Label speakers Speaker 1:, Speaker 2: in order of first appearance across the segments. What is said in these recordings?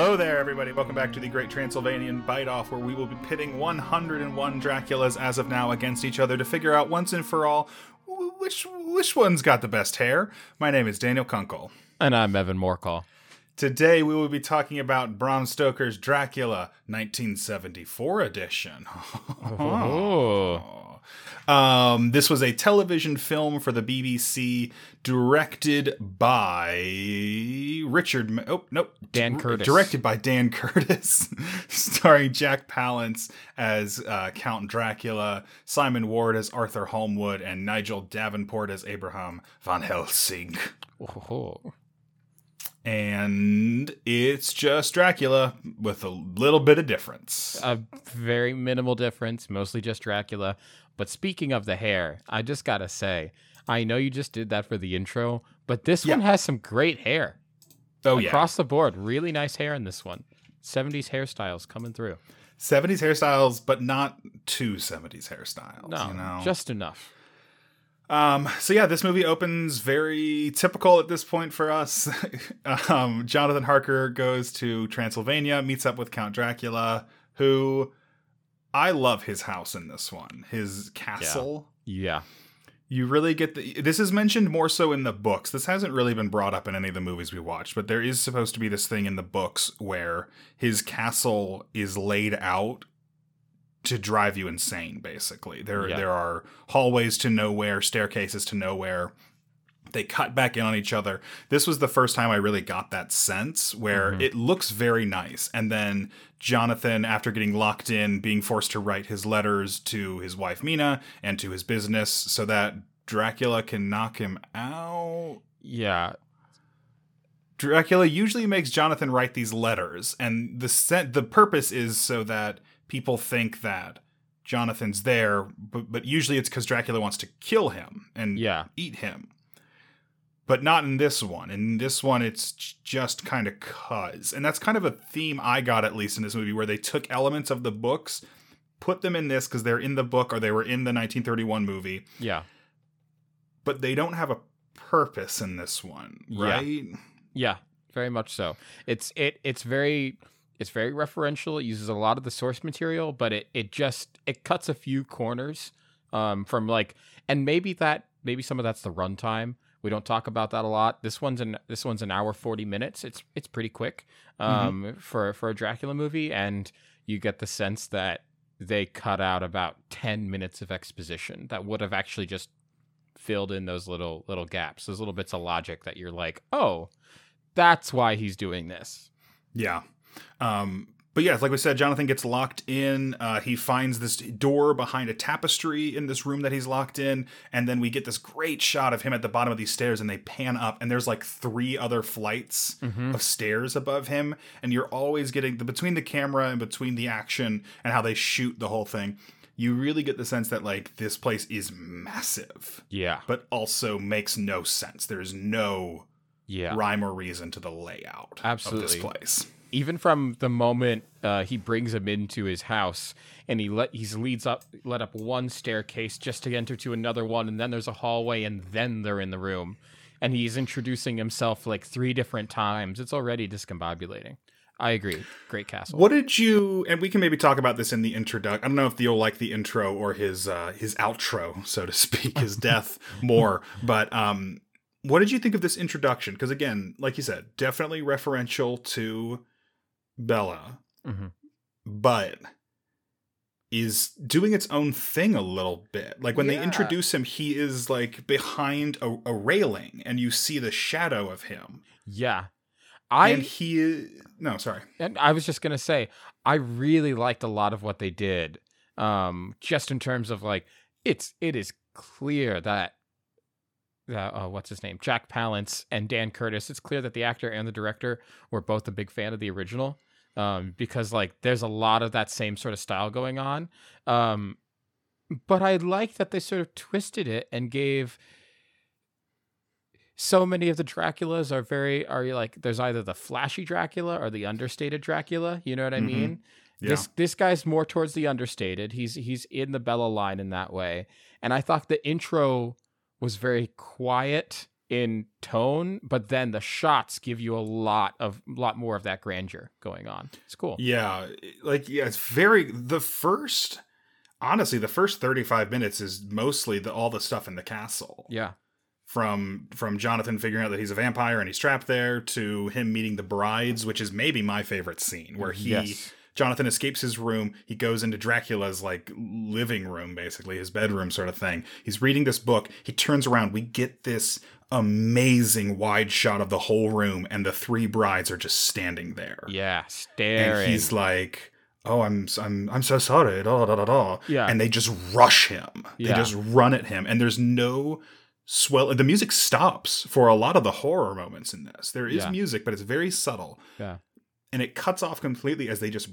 Speaker 1: everybody. Welcome back to the Great Transylvanian Bite Off, where we will be pitting 101 Draculas as of now against each other to figure out once and for all wh- which which one's got the best hair. My name is Daniel Kunkel.
Speaker 2: And I'm Evan Morcall.
Speaker 1: Today we will be talking about Bram Stoker's Dracula 1974 edition.
Speaker 2: Oh.
Speaker 1: Um, this was a television film for the BBC, directed by Richard. Ma- Oh nope,
Speaker 2: Dan
Speaker 1: Dir-
Speaker 2: Curtis.
Speaker 1: Directed by Dan Curtis, starring Jack Palance as uh, Count Dracula, Simon Ward as Arthur Holmwood, and Nigel Davenport as Abraham Van Helsing.
Speaker 2: Oh.
Speaker 1: And it's just Dracula with a little bit of difference.
Speaker 2: A very minimal difference, mostly just Dracula. But speaking of the hair, I just gotta say, I know you just did that for the intro, but this
Speaker 1: Yeah.
Speaker 2: one has some great hair
Speaker 1: oh yeah.
Speaker 2: across the board. Really nice hair in this one. 70s hairstyles coming through.
Speaker 1: 70s hairstyles, but not two 70s hairstyles.
Speaker 2: No,
Speaker 1: Oh, you know?
Speaker 2: just enough.
Speaker 1: Um, so yeah, this movie opens very typical at this point for us. um, Jonathan Harker goes to Transylvania, meets up with Count Dracula, who I love his house in this one, his castle.
Speaker 2: Yeah.
Speaker 1: You really get the. This is mentioned more so in the books. This hasn't really been brought up in any of the movies we watched, but there is supposed to be this thing in the books where his castle is laid out to drive you insane. Basically, there
Speaker 2: Yeah.
Speaker 1: there are hallways to nowhere, staircases to nowhere. They cut back in on each other. This was the first time I really got that sense where
Speaker 2: Mhm.
Speaker 1: it looks very nice. And then Jonathan, after getting locked in, being forced to write his letters to his wife Mina and to his business so that Dracula can knock him out.
Speaker 2: Yeah.
Speaker 1: Dracula usually makes Jonathan write these letters, and the sen- the purpose is so that people think that Jonathan's there, but, but usually it's because Dracula wants to kill him and
Speaker 2: Yeah.
Speaker 1: eat him. But not in this one. In this one, it's j- just kind of cuz. And that's kind of a theme I got, at least in this movie, where they took elements of the books, put them in this because they're in the book or they were in the 1931 movie,
Speaker 2: Yeah.
Speaker 1: but they don't have a purpose in this one,
Speaker 2: Yeah.
Speaker 1: right?
Speaker 2: Yeah, very much so. It's it it's very it's very referential. It uses a lot of the source material, but it it just it cuts a few corners um from like and maybe that maybe some of that's the runtime. We don't talk about that a lot. This one's an this one's an hour 40 minutes. It's it's pretty quick um for for a Dracula movie and you get the sense that they cut out about 10 minutes of exposition that would have actually just filled in those little little gaps, those little bits of logic that you're like, "Oh, that's why he's doing this.
Speaker 1: Yeah. Um, but yeah, like we said, Jonathan gets locked in. Uh, he finds this door behind a tapestry in this room that he's locked in. And then we get this great shot of him at the bottom of these stairs and they pan up and there's like three other flights
Speaker 2: Mm-hmm.
Speaker 1: of stairs above him. And you're always getting the between the camera and between the action and how they shoot the whole thing. You really get the sense that like this place is massive,
Speaker 2: Yeah.
Speaker 1: but also makes no sense. There's no
Speaker 2: Yeah.
Speaker 1: rhyme or reason to the layout of
Speaker 2: Absolutely.
Speaker 1: this place.
Speaker 2: Even from the moment uh, he brings him into his house and he let he's leads up let up one staircase just to enter to another one and then there's a hallway and then they're in the room and he's introducing himself like three different times. It's already discombobulating. I agree. Great castle.
Speaker 1: What did you? And we can maybe talk about this in the introduction. I don't know if you'll like the intro or his uh, his outro, so to speak, his death more. But um, what did you think of this introduction? Because again, like you said, definitely referential to Bella,
Speaker 2: Mhm.
Speaker 1: but is doing its own thing a little bit. Like when they
Speaker 2: Yeah.
Speaker 1: introduce him, he is like behind a, a railing, and you see the shadow of him.
Speaker 2: Yeah. I
Speaker 1: and he no, sorry,
Speaker 2: And I was just gonna say, I really liked a lot of what they did. Um, just in terms of like, it's it is clear that that uh, what's his name, Jack Palance and Dan Curtis. It's clear that the actor and the director were both a big fan of the original. Um, because like, there's a lot of that same sort of style going on. Um, but I like that they sort of twisted it and gave so many of the Draculas are very are like there's either the flashy Dracula or the understated Dracula. You know what I
Speaker 1: Mhm.
Speaker 2: mean?
Speaker 1: yeah.
Speaker 2: This this guy's more towards the understated. He's he's in the Bella line in that way. And I thought the intro was very quiet in tone, but then the shots give you a lot of lot more of that grandeur going on. It's cool.
Speaker 1: Yeah, like yeah, it's very the first. Honestly, the first thirty-five minutes is mostly the, all the stuff in the castle.
Speaker 2: Yeah.
Speaker 1: From from Jonathan figuring out that he's a vampire and he's trapped there to him meeting the brides, which is maybe my favorite scene where he
Speaker 2: Yes.
Speaker 1: Jonathan escapes his room. He goes into Dracula's like living room, basically his bedroom sort of thing. He's reading this book. He turns around. We get this amazing wide shot of the whole room, and the three brides are just standing there.
Speaker 2: Yeah. Staring.
Speaker 1: and he's like, "Oh, I'm I'm I'm so sorry." Da, da, da, da.
Speaker 2: yeah.
Speaker 1: And they just rush him.
Speaker 2: Yeah.
Speaker 1: They just run at him, and there's no swell. The music stops for a lot of the horror moments in this. There is
Speaker 2: Yeah.
Speaker 1: music, but it's very subtle.
Speaker 2: Yeah.
Speaker 1: And it cuts off completely as they just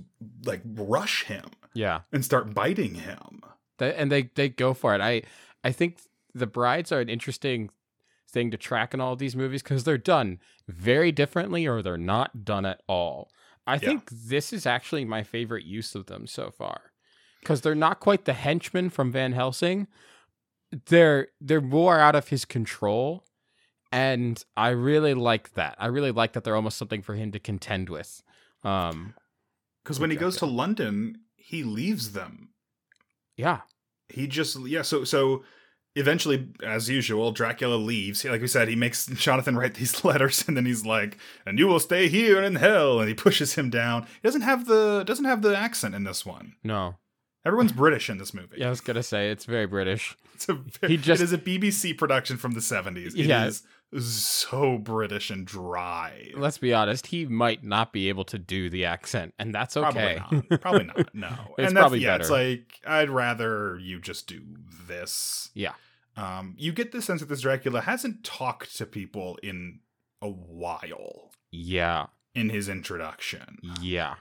Speaker 1: like rush him
Speaker 2: yeah.
Speaker 1: and start biting him.
Speaker 2: They- and they they go for it. I I think the brides are an interesting thing to track in all of these movies because they're done very differently or they're not done at all. I
Speaker 1: Yeah.
Speaker 2: think this is actually my favorite use of them so far because they're not quite the henchmen from Van Helsing. They're they're more out of his control, and I really like that. I really like that they're almost something for him to contend with. Um,
Speaker 1: Because when he goes to
Speaker 2: Exactly.
Speaker 1: London, he leaves them.
Speaker 2: yeah,
Speaker 1: he just yeah so so eventually as usual dracula leaves He- like we said he makes jonathan write these letters and then he's like and you will stay here in hell and he pushes him down he doesn't have the doesn't have the accent in this one
Speaker 2: no,
Speaker 1: everyone's british in this movie
Speaker 2: yeah, I was gonna say it's very British.
Speaker 1: it's a very,
Speaker 2: He just-
Speaker 1: it is a bbc production from the 70s It
Speaker 2: Yeah.
Speaker 1: is so british and dry
Speaker 2: let's be honest, he might not be able to do the accent, and that's okay.
Speaker 1: Probably not. Probably not. No. and
Speaker 2: It's
Speaker 1: that's,
Speaker 2: probably
Speaker 1: yeah, it's
Speaker 2: better.
Speaker 1: like I'd rather you just do this.
Speaker 2: Yeah.
Speaker 1: Um, you get the sense that this Dracula hasn't talked to people in a while
Speaker 2: yeah,
Speaker 1: in his introduction.
Speaker 2: yeah.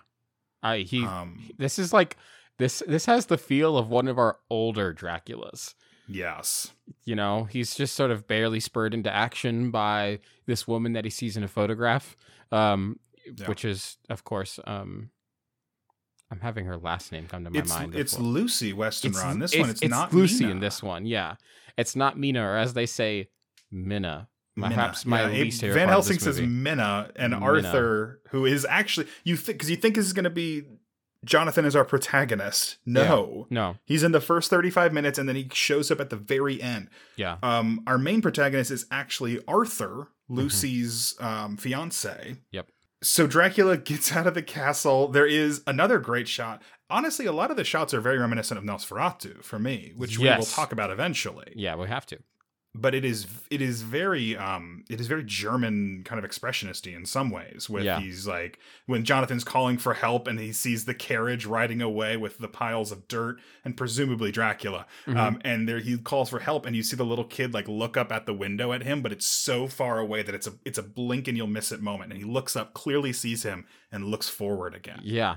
Speaker 2: I he.
Speaker 1: Um,
Speaker 2: this is like this. This has the feel of one of our older Draculas.
Speaker 1: yes.
Speaker 2: You know, he's just sort of barely spurred into action by this woman that he sees in a photograph, um,
Speaker 1: Yeah.
Speaker 2: which is, of course, um, I'm having her last name come to my
Speaker 1: It's
Speaker 2: mind.
Speaker 1: it's
Speaker 2: before-
Speaker 1: Lucy Westenra in this one. It's, not
Speaker 2: Lucy
Speaker 1: Mina.
Speaker 2: in this one. Yeah, it's not Mina, or as they say, Minna.
Speaker 1: Minna.
Speaker 2: Perhaps my
Speaker 1: Abe-
Speaker 2: least favorite
Speaker 1: Van
Speaker 2: part of
Speaker 1: Helsing
Speaker 2: this
Speaker 1: says
Speaker 2: movie.
Speaker 1: Minna and
Speaker 2: Minna.
Speaker 1: Arthur, who is actually you think because you think this is going to be Jonathan is our protagonist. No,
Speaker 2: No,
Speaker 1: He's in the first 35 minutes and then he shows up at the very end.
Speaker 2: yeah,
Speaker 1: Um, our main protagonist is actually Arthur, Lucy's um, fiance.
Speaker 2: Mm-hmm. Yep.
Speaker 1: So Dracula gets out of the castle. There is another great shot. Honestly, a lot of the shots are very reminiscent of Nosferatu for me, which we will
Speaker 2: Yes.
Speaker 1: talk about eventually.
Speaker 2: yeah. We have to.
Speaker 1: But it is it is very um it is very German kind of expressionisty in some ways. With
Speaker 2: Yeah.
Speaker 1: these like when Jonathan's calling for help and he sees the carriage riding away with the piles of dirt and presumably Dracula
Speaker 2: Mm-hmm.
Speaker 1: um, and there he calls for help, and you see the little kid like look up at the window at him, but it's so far away that it's a it's a blink and you'll miss it moment. And he looks up, clearly sees him, and looks forward again.
Speaker 2: yeah,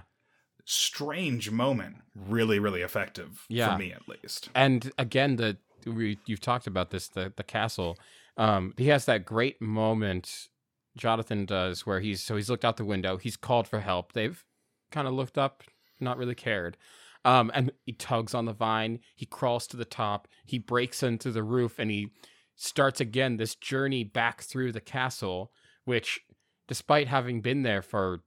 Speaker 1: Strange moment, really really effective
Speaker 2: Yeah.
Speaker 1: for me at least.
Speaker 2: and again, the we you've talked about this. The the castle. Um, he has that great moment. Jonathan does where he's so he's looked out the window. He's called for help. They've kind of looked up, not really cared. Um, and he tugs on the vine. He crawls to the top. He breaks into the roof, and he starts again this journey back through the castle. Which, despite having been there for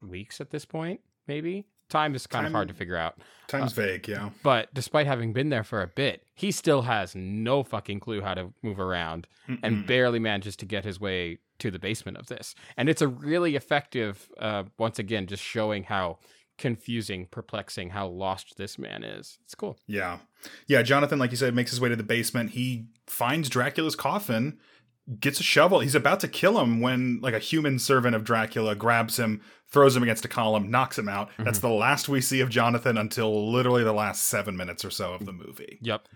Speaker 2: weeks at this point, maybe time is kind of hard to
Speaker 1: Time-
Speaker 2: figure out.
Speaker 1: Time's
Speaker 2: Uh,
Speaker 1: vague, yeah.
Speaker 2: But despite having been there for a bit, he still has no fucking clue how to move around and
Speaker 1: Mm-mm.
Speaker 2: barely manages to get his way to the basement of this. And it's a really effective, uh, once again, just showing how confusing, perplexing, how lost this man is. It's cool.
Speaker 1: yeah, yeah. Jonathan, like you said, makes his way to the basement. He finds Dracula's coffin. Gets a shovel. He's about to kill him when, like, a human servant of Dracula grabs him, throws him against a column, knocks him out. That's the last we see of Jonathan until literally the last seven minutes or so of the movie.
Speaker 2: Yep.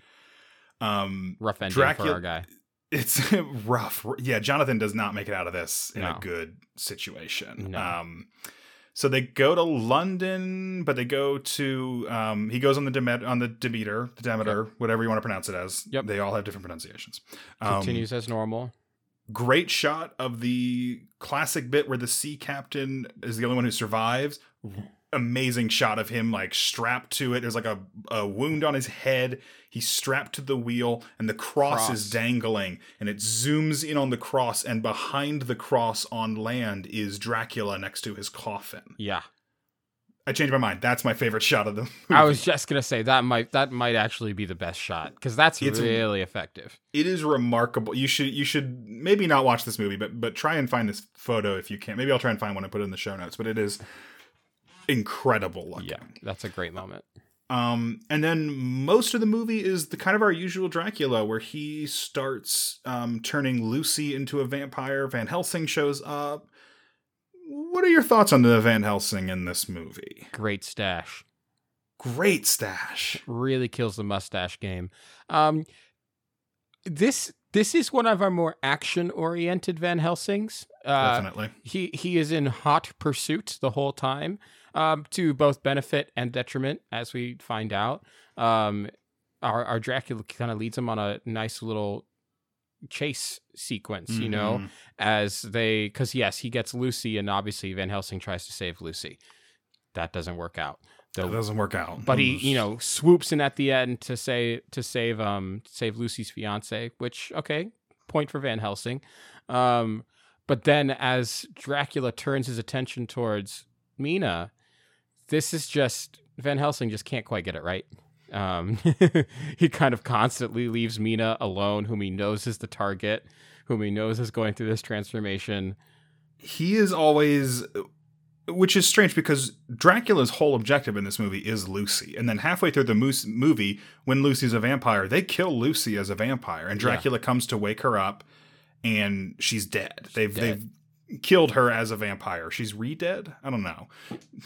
Speaker 1: Um,
Speaker 2: Rough ending
Speaker 1: Dracula-
Speaker 2: for our guy.
Speaker 1: it's rough. Yeah, Jonathan does not make it out of this in
Speaker 2: No.
Speaker 1: a good situation.
Speaker 2: No.
Speaker 1: Um, so they go to London, but they go to um, he goes on the Demet- on the Demeter, the Demeter, whatever you want to pronounce it as.
Speaker 2: Yep.
Speaker 1: They all have different pronunciations. Um,
Speaker 2: Continues as normal.
Speaker 1: Great shot of the classic bit where the sea captain is the only one who survives. amazing shot of him like strapped to it. There's like a, a wound on his head. He's strapped to the wheel, and the cross,
Speaker 2: Cross.
Speaker 1: is dangling, and it zooms in on the cross, and behind the cross on land is Dracula next to his coffin.
Speaker 2: Yeah.
Speaker 1: I changed my mind. That's my favorite shot of the movie.
Speaker 2: I was just gonna say that might that might actually be the best shot because that's
Speaker 1: It's-
Speaker 2: really effective.
Speaker 1: it is remarkable. You should you should maybe not watch this movie, but but try and find this photo if you can. Maybe I'll try and find one and put it in the show notes. But it is incredible looking.
Speaker 2: Yeah, that's a great moment.
Speaker 1: Um, and then most of the movie is the kind of our usual Dracula, where he starts um, turning Lucy into a vampire. Van Helsing shows up. What are your thoughts on the Van Helsing in this movie?
Speaker 2: Great stash.
Speaker 1: Great stash.
Speaker 2: Really kills the mustache game. Um, this this is one of our more action oriented Van Helsings. Uh,
Speaker 1: Definitely.
Speaker 2: he he is in hot pursuit the whole time um, to both benefit and detriment as we find out um, our, our dracula kind of leads him on a nice little chase sequence you know
Speaker 1: Mhm.
Speaker 2: as they because yes he gets lucy and obviously van helsing tries to save lucy that doesn't work out
Speaker 1: That
Speaker 2: though
Speaker 1: doesn't work out. Mm-hmm.
Speaker 2: but he you know swoops in at the end to say to save um save lucy's fiance which okay point for van helsing um but then as dracula turns his attention towards mina this is just van helsing just can't quite get it right um he kind of constantly leaves mina alone whom he knows is the target whom he knows is going through this transformation
Speaker 1: he is always which is strange because Dracula's whole objective in this movie is Lucy. And then halfway through the moose movie, when Lucy's a vampire, they kill Lucy as a vampire and
Speaker 2: Yeah.
Speaker 1: Dracula comes to wake her up and she's dead. They've
Speaker 2: dead.
Speaker 1: they've killed her as a vampire. She's re-dead? I don't know.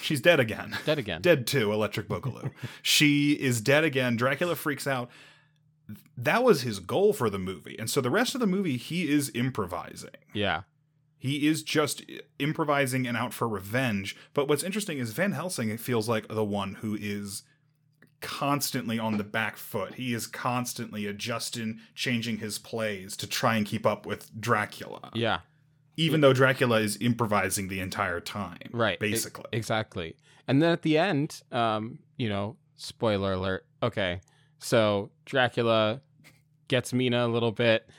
Speaker 1: She's dead again.
Speaker 2: dead again
Speaker 1: Dead too, Electric Boogaloo. she is dead again. Dracula freaks out. That was his goal for the movie. And so the rest of the movie he is improvising.
Speaker 2: yeah
Speaker 1: He is just improvising and out for revenge. But what's interesting is Van Helsing it feels like the one who is constantly on the back foot. He is constantly adjusting, changing his plays to try and keep up with Dracula.
Speaker 2: yeah
Speaker 1: Even though Dracula is improvising the entire time.
Speaker 2: Right. e-
Speaker 1: Basically.
Speaker 2: exactly. And then at the end, um, you know, spoiler alert. Okay. So Dracula gets Mina a little bit,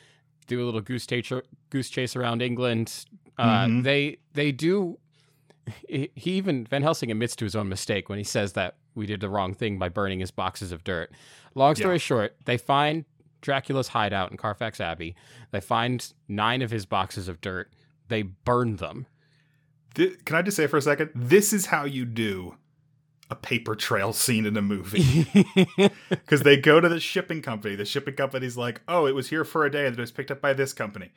Speaker 2: do a little goose chase, goose chase around England. Uh,
Speaker 1: Mhm.
Speaker 2: They they do. He he even Van Helsing admits to his own mistake when he says that we did the wrong thing by burning his boxes of dirt. Long story
Speaker 1: Yeah.
Speaker 2: short, they find Dracula's hideout in Carfax Abbey. They find nine of his boxes of dirt. They burn them.
Speaker 1: Thi- can I just say for a second? This is how you do a paper trail scene in a movie. Because they go to the shipping company. The shipping company's like, oh, it was here for a day and it was picked up by this company.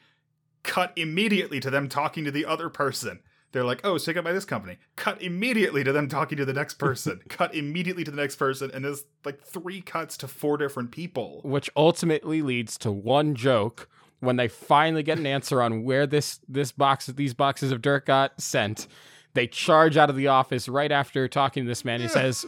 Speaker 1: Cut immediately to them talking to the other person. They're like, oh, it's taken up by this company. Cut immediately to them talking to the next person. Cut immediately to the next person. And there's like three cuts to four different people.
Speaker 2: which ultimately leads to one joke when they finally get an answer on where this this box these boxes of dirt got sent they charge out of the office right after talking to this man he says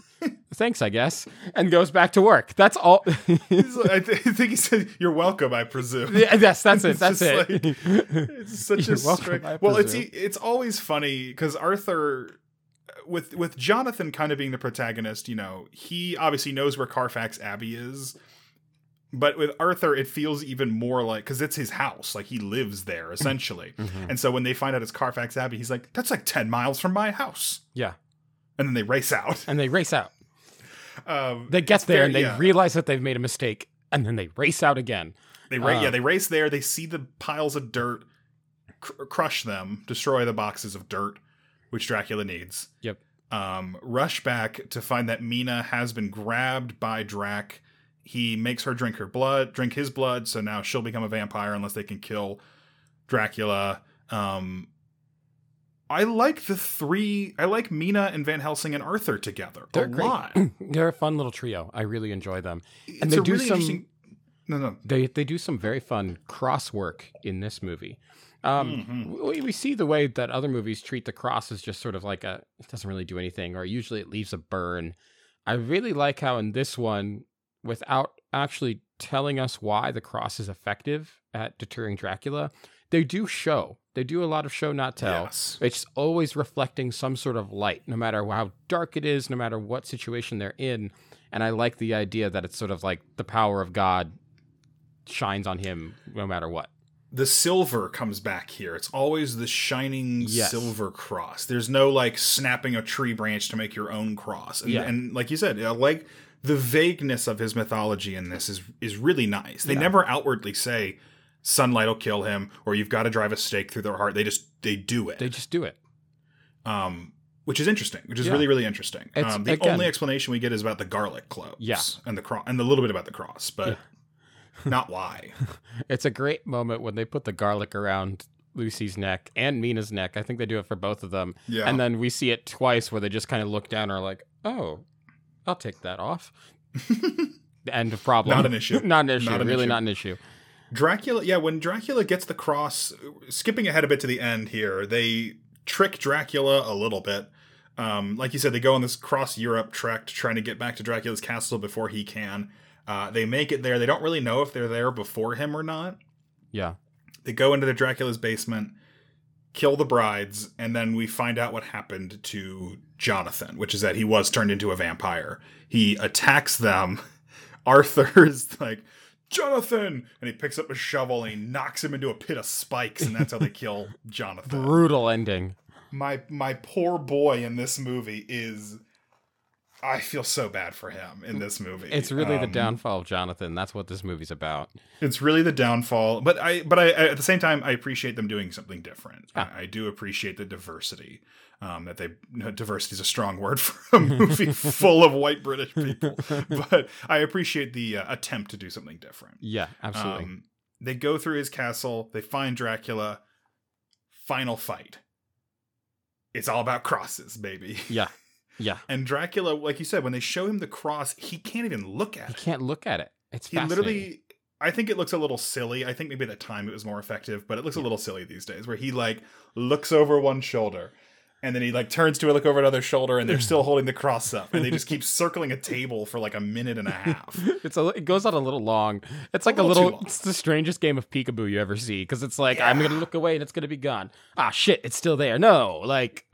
Speaker 2: thanks i guess and goes back to work that's all
Speaker 1: He's like- I, th- I think he said, you're welcome, I presume.
Speaker 2: yes that's it
Speaker 1: It's
Speaker 2: that's
Speaker 1: just
Speaker 2: it
Speaker 1: It's such
Speaker 2: You're
Speaker 1: a
Speaker 2: welcome,
Speaker 1: strange.
Speaker 2: I
Speaker 1: Well, it's e,
Speaker 2: presume.
Speaker 1: it's always funny because Arthur, with with Jonathan kind of being the protagonist, you know, he obviously knows where Carfax Abbey is, but with Arthur, it feels even more like because it's his house, like he lives
Speaker 2: Mm-hmm.
Speaker 1: there essentially. and so when they find out it's Carfax Abbey, he's like, "That's like ten miles from my house,"
Speaker 2: yeah
Speaker 1: and then they race out.
Speaker 2: and they race out
Speaker 1: Um,
Speaker 2: they get there
Speaker 1: fair,
Speaker 2: and they
Speaker 1: yeah.
Speaker 2: realize that they've made a mistake and then they race out again
Speaker 1: They ra-
Speaker 2: Uh,
Speaker 1: yeah, they race there. They see the piles of dirt, cr- crush them, destroy the boxes of dirt, which Dracula needs.
Speaker 2: Yep.
Speaker 1: Um, rush back to find that Mina has been grabbed by Drac. He makes her drink her blood, drink his blood, so now she'll become a vampire unless they can kill Dracula. Um, I like the three. I like Mina and Van Helsing and Arthur together
Speaker 2: They're
Speaker 1: a
Speaker 2: great.
Speaker 1: lot.
Speaker 2: they're a fun little trio i really enjoy them
Speaker 1: It's
Speaker 2: they
Speaker 1: a
Speaker 2: do
Speaker 1: really
Speaker 2: some-
Speaker 1: interesting. No, no.
Speaker 2: they they do some very fun cross work in this movie. Um,
Speaker 1: Mhm.
Speaker 2: we, we see the way that other movies treat the cross as just sort of like a it doesn't really do anything, or usually it leaves a burn. I really like how in this one, without actually telling us why the cross is effective at deterring Dracula, they do show. They do a lot of show not tell.
Speaker 1: Yes.
Speaker 2: It's always reflecting some sort of light, no matter how dark it is, no matter what situation they're in. And I like the idea that it's sort of like the power of God shines on him no matter what.
Speaker 1: the silver comes back here. It's always the shining
Speaker 2: Yes.
Speaker 1: silver cross. There's no like snapping a tree branch to make your own cross. And,
Speaker 2: Yeah.
Speaker 1: and like you said, I like the vagueness of his mythology in this is is really nice. They
Speaker 2: Yeah.
Speaker 1: never outwardly say sunlight will kill him or you've got to drive a stake through their heart. They just they do it.
Speaker 2: They just do it.
Speaker 1: um which is interesting, which is
Speaker 2: Yeah.
Speaker 1: really really interesting.
Speaker 2: It's-
Speaker 1: um, the
Speaker 2: again-
Speaker 1: only explanation we get is about the garlic cloves
Speaker 2: Yeah.
Speaker 1: and the cross and a little bit about the cross, but not why.
Speaker 2: It's a great moment when they put the garlic around Lucy's neck and Mina's neck. I think they do it for both of them.
Speaker 1: Yeah.
Speaker 2: And then we see it twice where they just kind of look down and are like, oh, I'll take that off. End of problem.
Speaker 1: Not an issue.
Speaker 2: not an issue.
Speaker 1: Not an
Speaker 2: really
Speaker 1: issue.
Speaker 2: not an issue.
Speaker 1: Dracula, yeah, when Dracula gets the cross, skipping ahead a bit to the end here, they trick Dracula a little bit. Um, like you said, they go on this cross Europe trek to trying to get back to Dracula's castle before he can. Uh, they make it there. They don't really know if they're there before him or not.
Speaker 2: Yeah.
Speaker 1: Uh, They go into the Dracula's basement, kill the brides, and then we find out what happened to Jonathan, which is that he was turned into a vampire. He attacks them. Arthur is like, Jonathan! And he picks up a shovel and he knocks him into a pit of spikes, and that's how they kill Jonathan
Speaker 2: Brutal ending.
Speaker 1: my my poor boy in this movie is I feel so bad for him in this movie.
Speaker 2: It's really the
Speaker 1: Um,
Speaker 2: downfall of Jonathan. That's what this movie's about.
Speaker 1: It's really the downfall, but I but I at the same time I appreciate them doing something different.
Speaker 2: Yeah.
Speaker 1: I, I do appreciate the diversity. Um, that they no, diversity is a strong word for a movie full of white British people, but I appreciate the uh, attempt to do something different.
Speaker 2: Yeah, absolutely.
Speaker 1: Um, they go through his castle. They find Dracula. Final fight. It's all about crosses, baby.
Speaker 2: yeah. Yeah.
Speaker 1: And Dracula, like you said, when they show him the cross, he can't even look at
Speaker 2: You
Speaker 1: it.
Speaker 2: can't look at it. It's
Speaker 1: He
Speaker 2: fascinating.
Speaker 1: literally, I think it looks a little silly. I think maybe at the time it was more effective, but it looks a little silly these days where he like looks over one shoulder and then he like turns to look over another shoulder and they're still holding the cross up and they just keep circling a table for like a minute and a half.
Speaker 2: It's a, it goes on a little long. It's like a
Speaker 1: little
Speaker 2: little.
Speaker 1: too long.
Speaker 2: it's the strangest game of peekaboo you ever see because it's like I'm gonna
Speaker 1: Yeah.
Speaker 2: look away and it's gonna be gone. Ah, shit! It's still there. No, like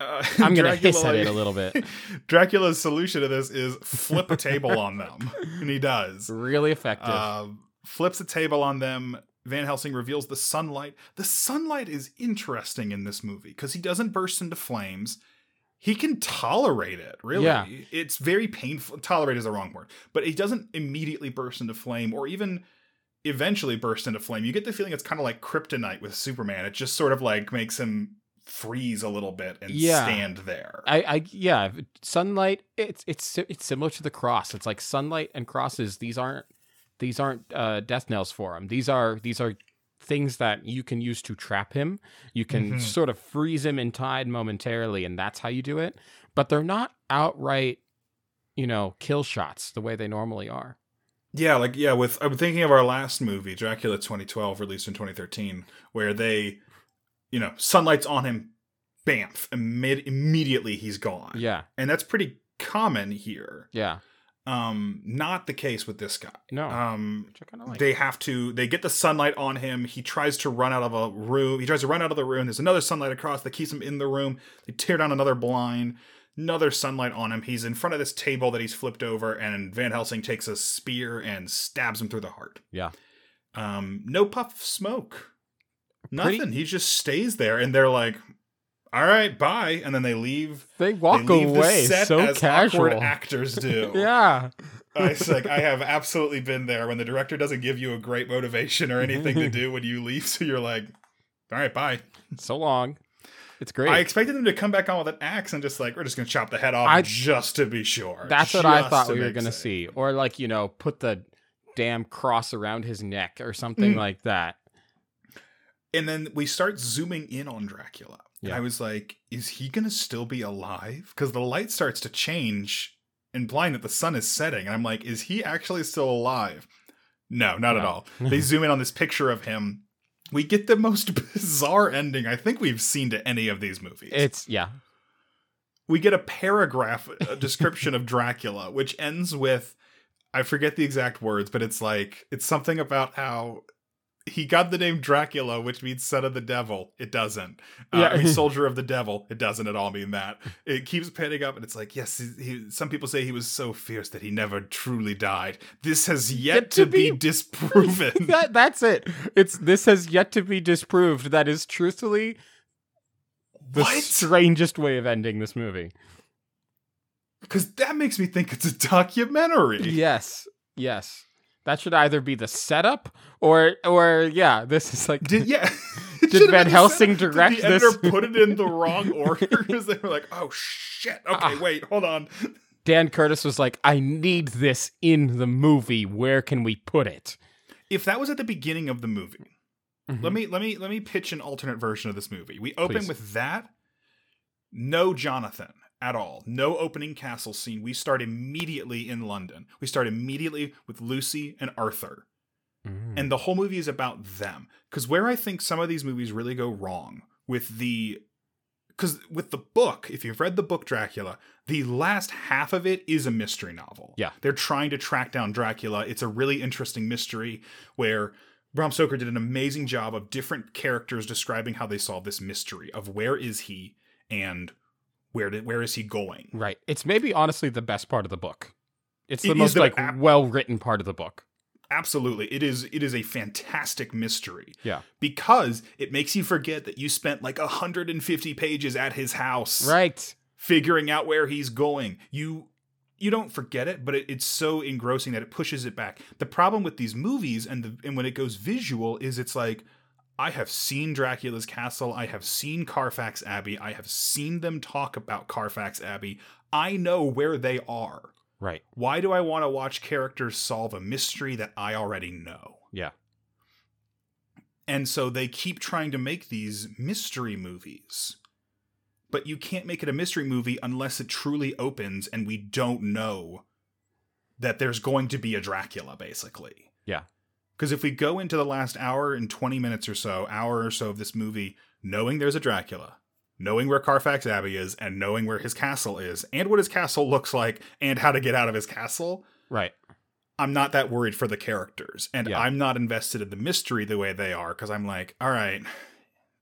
Speaker 1: Uh,
Speaker 2: I'm gonna
Speaker 1: Dracula,
Speaker 2: hiss at
Speaker 1: like-
Speaker 2: it a little bit.
Speaker 1: Dracula's solution to this is flip a table on them. And he does.
Speaker 2: Really effective.
Speaker 1: uh, flips a table on them. Van Helsing reveals the sunlight. The sunlight is interesting in this movie because he doesn't burst into flames. He can tolerate it, really.
Speaker 2: Yeah.
Speaker 1: It's very painful. Tolerate is the wrong word, but he doesn't immediately burst into flame or even eventually burst into flame. You get the feeling it's kind of like kryptonite with Superman. It just sort of like makes him freeze a little bit and
Speaker 2: Yeah.
Speaker 1: stand there.
Speaker 2: I, I yeah, sunlight. It's it's si- it's similar to the cross. It's like sunlight and crosses. These aren't these aren't uh, death knells for him. These are these are things that you can use to trap him. You can
Speaker 1: Mhm.
Speaker 2: sort of freeze him in tide momentarily, and that's how you do it. But they're not outright, you know, kill shots the way they normally are.
Speaker 1: Yeah, like yeah, with I'm thinking of our last movie, Dracula 2012, released in 2013, where they, you know, sunlight's on him, bamf, immedi- immediately he's gone.
Speaker 2: Yeah,
Speaker 1: and that's pretty common here.
Speaker 2: yeah.
Speaker 1: Um, not the case with this guy.
Speaker 2: No,
Speaker 1: Um,
Speaker 2: which I kind of like.
Speaker 1: they have to they get the sunlight on him he tries to run out of a room he tries to run out of the room there's another sunlight across that keeps him in the room they tear down another blind another sunlight on him he's in front of this table that he's flipped over and van helsing takes a spear and stabs him through the heart
Speaker 2: Yeah.
Speaker 1: um no puff of smoke
Speaker 2: Pretty-
Speaker 1: nothing he just stays there and they're like all right bye and then they leave they
Speaker 2: They walk
Speaker 1: leave the
Speaker 2: away
Speaker 1: set
Speaker 2: so
Speaker 1: as awkward
Speaker 2: casual.
Speaker 1: actors do
Speaker 2: Yeah,
Speaker 1: I it's like I have absolutely been there when the director doesn't give you a great motivation or anything to do when you leave, so you're like, all right, bye.
Speaker 2: so long. It's great.
Speaker 1: I expected them to come back on with an axe and just like we're just gonna chop the head off
Speaker 2: I-
Speaker 1: just to be sure.
Speaker 2: That's what I
Speaker 1: just
Speaker 2: thought
Speaker 1: to
Speaker 2: we were
Speaker 1: make
Speaker 2: gonna
Speaker 1: sense.
Speaker 2: see, or like you know, put the damn cross around his neck or something
Speaker 1: Mm.
Speaker 2: like that.
Speaker 1: And then we start zooming in on Dracula. And
Speaker 2: Yeah.
Speaker 1: I was like, is he gonna still be alive? Because the light starts to change, implying that the sun is setting. And I'm like, is he actually still alive? No, not at
Speaker 2: No.
Speaker 1: all. They zoom in on this picture of him. We get the most bizarre ending I think we've seen to any of these movies.
Speaker 2: It's yeah,
Speaker 1: we get a paragraph a description of Dracula, which ends with I forget the exact words, but it's like it's something about how he got the name Dracula, which means son of the devil. It doesn't. Uh,
Speaker 2: Yeah.
Speaker 1: I mean, soldier of the devil. It doesn't at all mean that. It keeps panning up, and it's like, yes, he, he, some people say he was so fierce that he never truly died. This has yet, to,
Speaker 2: to
Speaker 1: be,
Speaker 2: be-
Speaker 1: disproven.
Speaker 2: that that's it. It's this has yet to be disproved. That is truthfully the
Speaker 1: what?
Speaker 2: strangest way of ending this movie.
Speaker 1: Because that makes me think it's a documentary.
Speaker 2: Yes, yes. That should either be the setup or or yeah, this is like
Speaker 1: Did yeah? It
Speaker 2: Did
Speaker 1: should have
Speaker 2: Van
Speaker 1: been a
Speaker 2: Helsing
Speaker 1: setup.
Speaker 2: direct
Speaker 1: Did the editor
Speaker 2: this?
Speaker 1: put it in the wrong order because they were like, "Oh shit! Okay,
Speaker 2: Ah.
Speaker 1: wait, hold on."
Speaker 2: Dan Curtis was like, I need this in the movie. Where can we put it?
Speaker 1: If that was at the beginning of the movie,
Speaker 2: Mhm.
Speaker 1: let me let me let me pitch an alternate version of this movie. We open
Speaker 2: Please.
Speaker 1: with that. No Jonathan at all. No opening castle scene. We start immediately in London. We start immediately with Lucy and Arthur.
Speaker 2: Mm.
Speaker 1: and the whole movie is about them because where i think some of these movies really go wrong with the because with the book if you've read the book dracula the last half of it is a mystery novel
Speaker 2: Yeah.
Speaker 1: they're trying to track down dracula it's a really interesting mystery where bram stoker did an amazing job of different characters describing how they solve this mystery of where is he and where did, where is he going
Speaker 2: Right. It's maybe honestly the best part of the book. It's the
Speaker 1: It is
Speaker 2: most
Speaker 1: the-
Speaker 2: like
Speaker 1: ab-
Speaker 2: well written part of the book.
Speaker 1: absolutely it is it is a fantastic mystery
Speaker 2: Yeah.
Speaker 1: because it makes you forget that you spent like 150 pages at his house
Speaker 2: Right.
Speaker 1: figuring out where he's going you you don't forget it but it, it's so engrossing that it pushes it back the problem with these movies and the, and when it goes visual is it's like I have seen Dracula's castle. I have seen Carfax Abbey. I have seen them talk about Carfax Abbey. I know where they are.
Speaker 2: Right.
Speaker 1: Why do I want to watch characters solve a mystery that I already know?
Speaker 2: Yeah.
Speaker 1: And so they keep trying to make these mystery movies. But you can't make it a mystery movie unless it truly opens and we don't know that there's going to be a Dracula, basically.
Speaker 2: Yeah.
Speaker 1: Because if we go into the last hour and 20 minutes or so, hour or so of this movie, knowing there's a Dracula, knowing where Carfax Abbey is, and knowing where his castle is, and what his castle looks like, and how to get out of his castle,
Speaker 2: Right.
Speaker 1: I'm not that worried for the characters, and
Speaker 2: Yeah.
Speaker 1: I'm not invested in the mystery the way they are because I'm like, all right,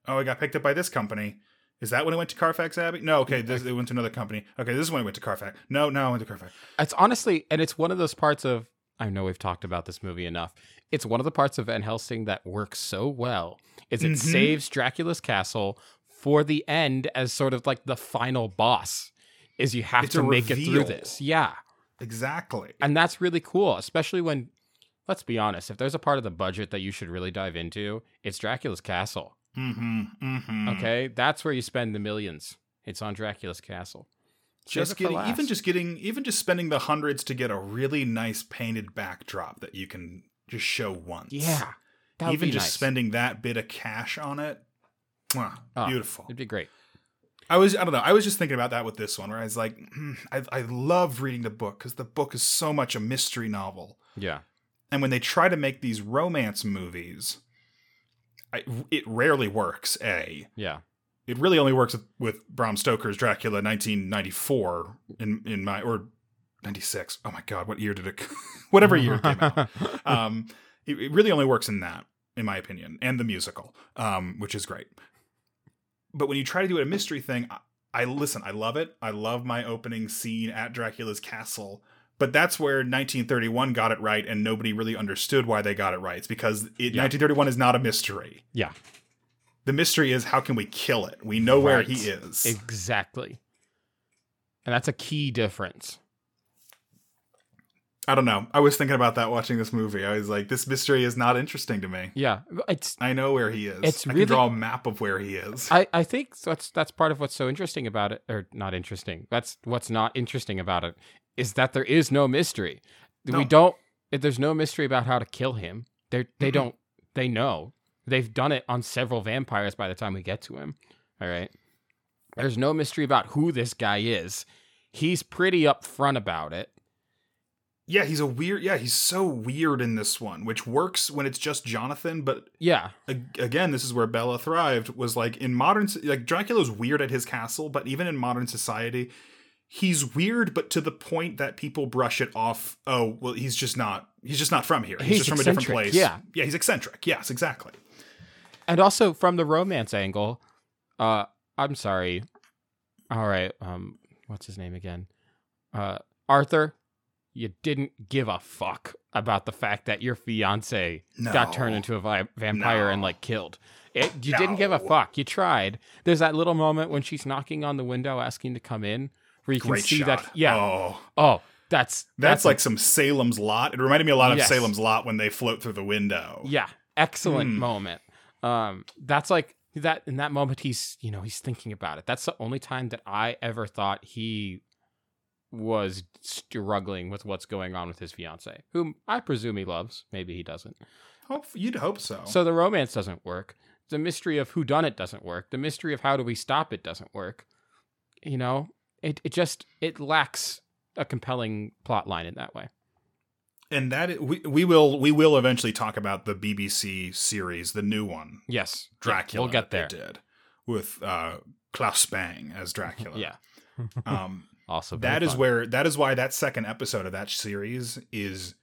Speaker 1: oh, I got picked up by this company. Is that when it went to Carfax Abbey? No, okay, this, it went to another company. Okay, this is when it went to Carfax. No, no, it went to Carfax.
Speaker 2: It's honestly, and it's one of those parts of, I know we've talked about this movie enough. It's one of the parts of Van Helsing that works so well is it
Speaker 1: Mhm.
Speaker 2: saves Dracula's castle for the end as sort of like the final boss is you have
Speaker 1: It's
Speaker 2: to
Speaker 1: a
Speaker 2: make it through
Speaker 1: reveal.
Speaker 2: this. Yeah.
Speaker 1: Exactly.
Speaker 2: And that's really cool, especially when, let's be honest, if there's a part of the budget that you should really dive into, it's Dracula's castle.
Speaker 1: Mm-hmm. Mm-hmm.
Speaker 2: Okay, that's where you spend the millions. It's on Dracula's castle. Save it
Speaker 1: Just
Speaker 2: for
Speaker 1: getting,
Speaker 2: last.
Speaker 1: even just getting, even just spending the hundreds to get a really nice painted backdrop that you can just show once.
Speaker 2: yeah, that would
Speaker 1: Even
Speaker 2: be
Speaker 1: just
Speaker 2: nice.
Speaker 1: spending that bit of cash on it. Mwah,
Speaker 2: Ah,
Speaker 1: beautiful.
Speaker 2: It'd be great.
Speaker 1: I was I don't know. I was just thinking about that with this one, where I was like, hmm, I, I love reading the book because the book is so much a mystery novel,
Speaker 2: Yeah,
Speaker 1: and when they try to make these romance movies, I, it rarely works. A
Speaker 2: yeah,
Speaker 1: it really only works with, with Bram Stoker's Dracula 1994 in in my or 96. Oh my god, what year did it? whatever year it came out um, it, it really only works in that, in my opinion, and the musical, um, which is great. But when you try to do it a mystery thing, I, I listen. I love it. I love my opening scene at Dracula's castle. But that's where 1931 got it right, and nobody really understood why they got it right. It's because it,
Speaker 2: Yeah.
Speaker 1: 1931 is not a mystery.
Speaker 2: Yeah.
Speaker 1: The mystery is how can we kill it? We know where
Speaker 2: Right.
Speaker 1: he is.
Speaker 2: exactly. And that's a key difference.
Speaker 1: I don't know. I was thinking about that watching this movie. I was like, this mystery is not interesting to me.
Speaker 2: Yeah, it's.
Speaker 1: I know where he is.
Speaker 2: It's
Speaker 1: I
Speaker 2: really-
Speaker 1: can draw a map of where he is.
Speaker 2: I, I think that's that's part of what's so interesting about it, or not interesting. That's what's not interesting about it is that there is no mystery.
Speaker 1: No.
Speaker 2: We don't. There's no mystery about how to kill him. They're, they
Speaker 1: Mhm.
Speaker 2: don't. They know. They've done it on several vampires by the time we get to him. All right. There's no mystery about who this guy is. He's pretty upfront about it.
Speaker 1: Yeah, he's a weird. Yeah, he's so weird in this one, which works when it's just Jonathan. But
Speaker 2: Yeah.
Speaker 1: ag- again, this is where Bella thrived. Was like in modern, so- like Dracula's weird at his castle, but even in modern society, he's weird, but to the point that people brush it off. Oh, well, he's just not. He's just not from here. He's,
Speaker 2: He's
Speaker 1: just from a different
Speaker 2: eccentric,
Speaker 1: place.
Speaker 2: yeah.
Speaker 1: yeah, he's eccentric. Yes, exactly.
Speaker 2: And also from the romance angle, uh, I'm sorry. All right, um, what's his name again? Uh, Arthur, you didn't give a fuck about the fact that your fiance
Speaker 1: No.
Speaker 2: got turned into a vi- vampire and
Speaker 1: No.
Speaker 2: like killed. It, you didn't give a
Speaker 1: No.
Speaker 2: fuck. You tried. There's that little moment when she's knocking on the window asking to come in, where you can
Speaker 1: Great
Speaker 2: see
Speaker 1: shot.
Speaker 2: that. Yeah.
Speaker 1: Oh,
Speaker 2: Oh, that's
Speaker 1: that's, like some Salem's Lot. It reminded me a lot of
Speaker 2: Yes.
Speaker 1: Salem's Lot when they float through the window.
Speaker 2: Yeah, excellent
Speaker 1: Hmm.
Speaker 2: moment. Um, that's like that in that moment he's you know he's thinking about it. That's the only time that I ever thought he was struggling with what's going on with his fiance, whom I presume he loves. Maybe he doesn't.
Speaker 1: Hope, you'd hope so.
Speaker 2: So the romance doesn't work. The mystery of who done it doesn't work. The mystery of how do we stop it doesn't work. You know, it it just it lacks a compelling plot line in that way.
Speaker 1: and that i- we, we will we will eventually talk about the BBC series, the new one,
Speaker 2: Yes,
Speaker 1: Dracula.
Speaker 2: We'll get
Speaker 1: that
Speaker 2: there.
Speaker 1: they Did with uh, Klaus Bang as Dracula.
Speaker 2: Yeah.
Speaker 1: Um,
Speaker 2: Also, very
Speaker 1: that is
Speaker 2: fun.
Speaker 1: where that is why that second episode of that series is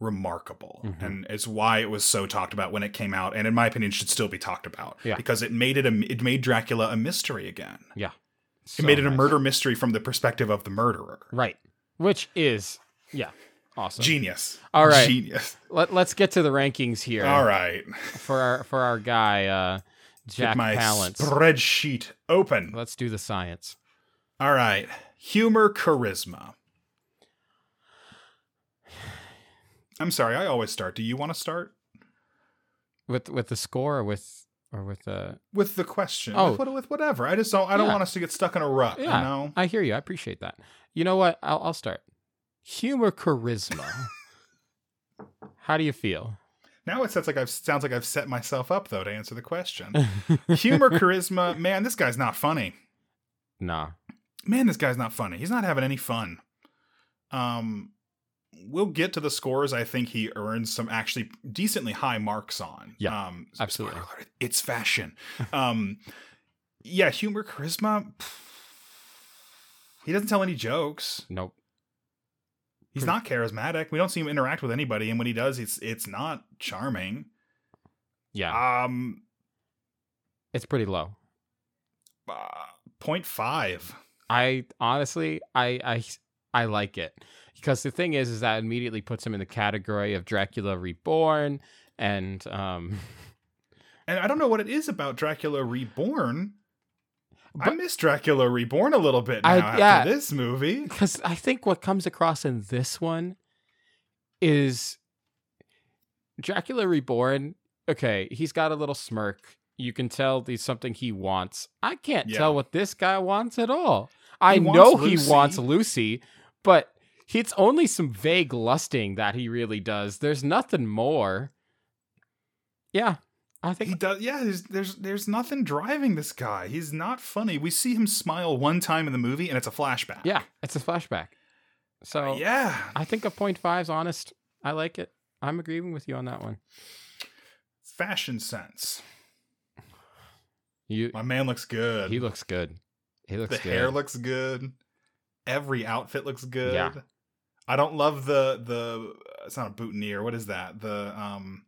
Speaker 1: remarkable
Speaker 2: Mhm.
Speaker 1: and it's why it was so talked about when it came out and in my opinion should still be talked about
Speaker 2: Yeah.
Speaker 1: because it made it a, it made Dracula a mystery again
Speaker 2: So
Speaker 1: it made it a
Speaker 2: nice.
Speaker 1: murder mystery from the perspective of the murderer
Speaker 2: Right. Which is yeah, awesome.
Speaker 1: genius
Speaker 2: All right.
Speaker 1: genius
Speaker 2: Let, let's get to the rankings here
Speaker 1: all right
Speaker 2: for our for our guy uh Jack
Speaker 1: get my
Speaker 2: Palance.
Speaker 1: spreadsheet open
Speaker 2: let's do the science.
Speaker 1: all right humor charisma I'm sorry I always start do you want to start
Speaker 2: With with the score or with or with uh
Speaker 1: with the question.
Speaker 2: Oh.
Speaker 1: With, what- with whatever. I just don't. I don't
Speaker 2: Yeah.
Speaker 1: want us to get stuck in a rut.
Speaker 2: Yeah.
Speaker 1: You know.
Speaker 2: I hear you. I appreciate that. You know what? I'll I'll start. Humor charisma. How do you feel?
Speaker 1: Now it sounds like I've sounds like I've set myself up though to answer the question. Humor, charisma. Man, this guy's not funny.
Speaker 2: nah.
Speaker 1: Man, this guy's not funny. He's not having any fun. Um, we'll get to the scores. I think he earns some actually decently high marks on.
Speaker 2: Yeah,
Speaker 1: Um,
Speaker 2: absolutely.
Speaker 1: spoiler alert, It's fashion. um, yeah, humor, charisma. pff, He doesn't tell any jokes.
Speaker 2: Nope.
Speaker 1: He's not charismatic. We don't see him interact with anybody, and when he does, it's it's not charming.
Speaker 2: Yeah.
Speaker 1: Um,
Speaker 2: it's pretty low.
Speaker 1: uh, point five.
Speaker 2: I honestly, I I I like it because the thing is, is that immediately puts him in the category of Dracula Reborn, and um,
Speaker 1: And I don't know what it is about Dracula Reborn. I
Speaker 2: But-
Speaker 1: miss Dracula Reborn a little bit now
Speaker 2: I-
Speaker 1: after
Speaker 2: yeah.
Speaker 1: this movie.
Speaker 2: because I think what comes across in this one is Dracula Reborn. Okay, he's got a little smirk. You can tell there's something he wants. I can't
Speaker 1: Yeah.
Speaker 2: tell what this guy wants at all. I
Speaker 1: wants
Speaker 2: know
Speaker 1: Lucy.
Speaker 2: he wants Lucy, but it's only some vague lusting that he really does. There's nothing more. Yeah, I
Speaker 1: He
Speaker 2: think
Speaker 1: does, yeah. There's, there's there's nothing driving this guy. He's not funny. We see him smile one time in the movie, and it's a flashback.
Speaker 2: yeah, it's a flashback. So
Speaker 1: Uh, yeah.
Speaker 2: I think a point five's honest. I like it. I'm agreeing with you on that one.
Speaker 1: Fashion sense.
Speaker 2: You
Speaker 1: My man looks good.
Speaker 2: He looks good. He looks
Speaker 1: the
Speaker 2: good.
Speaker 1: hair looks good every outfit looks good
Speaker 2: Yeah.
Speaker 1: i don't love the the it's not a boutonniere what is that the um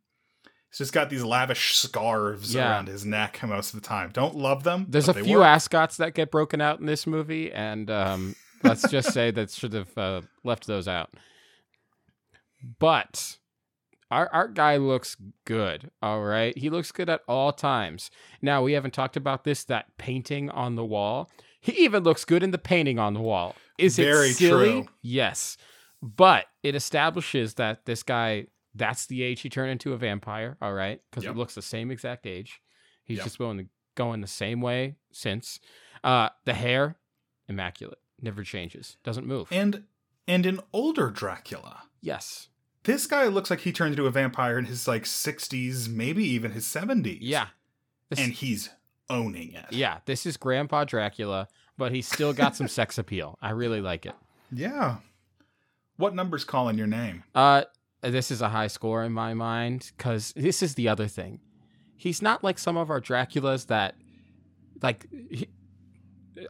Speaker 1: it's just got these lavish scarves
Speaker 2: Yeah.
Speaker 1: around his neck most of the time don't love them
Speaker 2: There's
Speaker 1: but
Speaker 2: a
Speaker 1: they
Speaker 2: few
Speaker 1: work.
Speaker 2: ascots that get broken out in this movie, and um, let's just say that should have uh, left those out. But our our guy looks good. All right, he looks good at all times. Now we haven't talked about this that painting on the wall. He even looks good in the painting on the wall. Is
Speaker 1: Very
Speaker 2: it silly?
Speaker 1: true.
Speaker 2: Yes, but it establishes that this guy. That's the age he turned into a vampire. All right, because
Speaker 1: Yep.
Speaker 2: he looks the same exact age. He's
Speaker 1: Yep.
Speaker 2: just going the, going the same way since. Uh, the hair, immaculate, never changes, doesn't move.
Speaker 1: and and an older dracula
Speaker 2: yes,
Speaker 1: this guy looks like he turned into a vampire in his like 60s maybe even his 70s
Speaker 2: yeah, this,
Speaker 1: and he's owning it
Speaker 2: yeah. This is Grandpa Dracula, but he's still got some sex appeal. I really like it.
Speaker 1: yeah what number's calling your name
Speaker 2: Uh, this is a high score in my mind because this is the other thing. He's not like some of our Draculas that, like, he,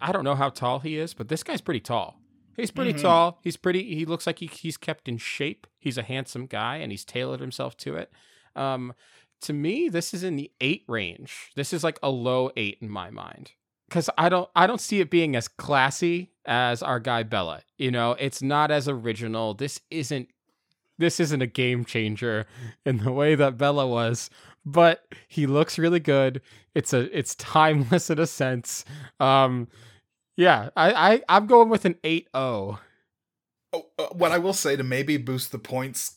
Speaker 2: I don't know how tall he is, but this guy's pretty tall. He's pretty mm-hmm. tall. He's pretty. He looks like he, he's kept in shape. He's a handsome guy, and he's tailored himself to it. Um, to me, this is in the eight range. This is like a low eight in my mind because I don't I don't see it being as classy as our guy Bella. You know, it's not as original. This isn't this isn't a game changer in the way that Bella was, but he looks really good. It's a it's timeless in a sense. Um, yeah, I, I I'm going with an 8-0. Oh,
Speaker 1: uh, what I will say to maybe boost the points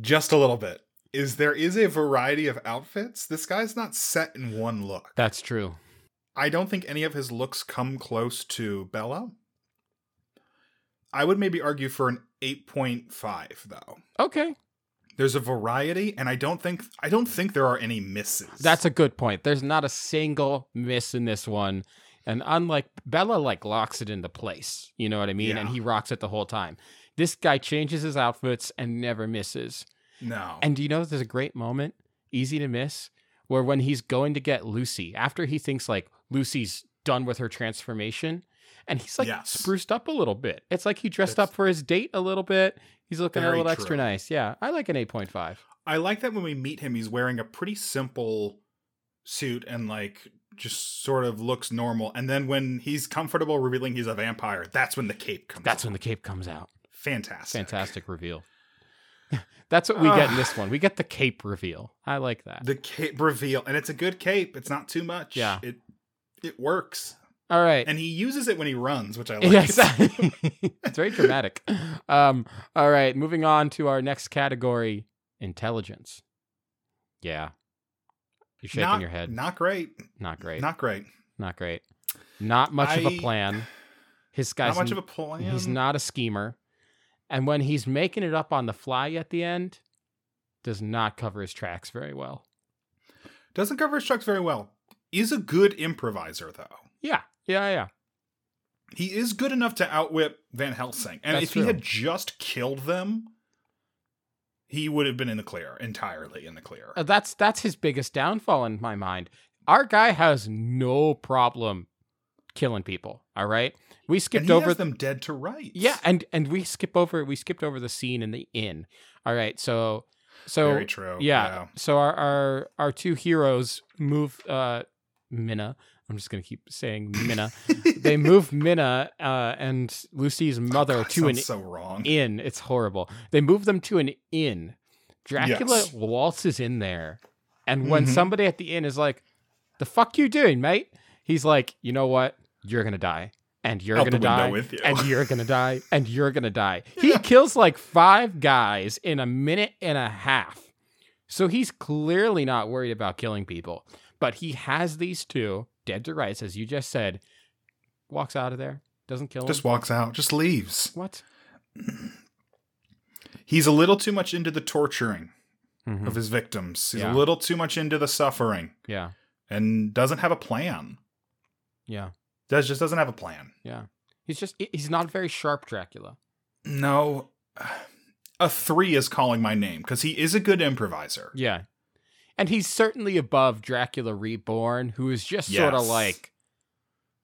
Speaker 1: just a little bit is there is a variety of outfits. This guy's not set in one look.
Speaker 2: That's true.
Speaker 1: I don't think any of his looks come close to Bella. I would maybe argue for an 8.5 though.
Speaker 2: Okay.
Speaker 1: There's a variety and I don't think I don't think there are any misses.
Speaker 2: That's a good point. There's not a single miss in this one. And unlike Bella like locks it into place. You know what I mean? Yeah. And he rocks it the whole time. This guy changes his outfits and never misses.
Speaker 1: No.
Speaker 2: And do you know there's a great moment, easy to miss, where when he's going to get Lucy, after he thinks like Lucy's done with her transformation, and he's like yes. spruced up a little bit. It's like he dressed That's up for his date a little bit. He's looking a little true. extra nice. Yeah, I like an 8.5.
Speaker 1: I like that when we meet him, he's wearing a pretty simple suit and like just sort of looks normal. And then when he's comfortable revealing he's a vampire, that's when the cape comes.
Speaker 2: That's out. when the cape comes out.
Speaker 1: Fantastic.
Speaker 2: Fantastic reveal. That's what we get in this one. We get the cape reveal. I like that.
Speaker 1: The cape reveal, and it's a good cape. It's not too much.
Speaker 2: Yeah,
Speaker 1: it it works.
Speaker 2: All right,
Speaker 1: and he uses it when he runs, which I like. Yes,
Speaker 2: it's very dramatic. Um, all right, moving on to our next category: intelligence. Yeah, you're shaking
Speaker 1: not,
Speaker 2: your head.
Speaker 1: Not great.
Speaker 2: Not great.
Speaker 1: Not great.
Speaker 2: Not great. Not much I, of a plan. His guy's
Speaker 1: not much of a plan.
Speaker 2: He's not a schemer. And when he's making it up on the fly at the end, does not cover his tracks very well.
Speaker 1: Doesn't cover his tracks very well. Is a good improviser though.
Speaker 2: Yeah, yeah, yeah.
Speaker 1: He is good enough to outwit Van Helsing. And That's if true. he had just killed them, he would have been in the clear, entirely in the clear.
Speaker 2: Uh, that's that's his biggest downfall in my mind. Our guy has no problem killing people. All right, we skipped over
Speaker 1: them dead to rights.
Speaker 2: Yeah, and and we skip over we skipped over the scene in the inn. All right, so so
Speaker 1: very true.
Speaker 2: Yeah, yeah. so our our our two heroes move uh Minna. I'm just gonna keep saying Minna. they move Minna uh, and Lucy's mother oh God, to an
Speaker 1: so wrong.
Speaker 2: inn. It's horrible. They move them to an inn. Dracula yes. waltzes in there, and when mm-hmm. somebody at the inn is like, "The fuck you doing, mate?" He's like, "You know what? You're gonna die." and you're Out gonna die,
Speaker 1: you.
Speaker 2: and you're gonna die, and you're gonna die. He yeah. kills like five guys in a minute and a half. So he's clearly not worried about killing people, but he has these two dead to rights, as you just said. Walks out of there, doesn't kill.
Speaker 1: Just him. walks out, just leaves.
Speaker 2: What?
Speaker 1: He's a little too much into the torturing mm-hmm. of his victims. He's yeah. a little too much into the suffering.
Speaker 2: Yeah,
Speaker 1: and doesn't have a plan.
Speaker 2: Yeah
Speaker 1: does just doesn't have a plan.
Speaker 2: Yeah, he's just he's not very sharp, Dracula.
Speaker 1: No, a three is calling my name because he is a good improviser.
Speaker 2: Yeah, and he's certainly above Dracula Reborn, who is just yes. sort of like,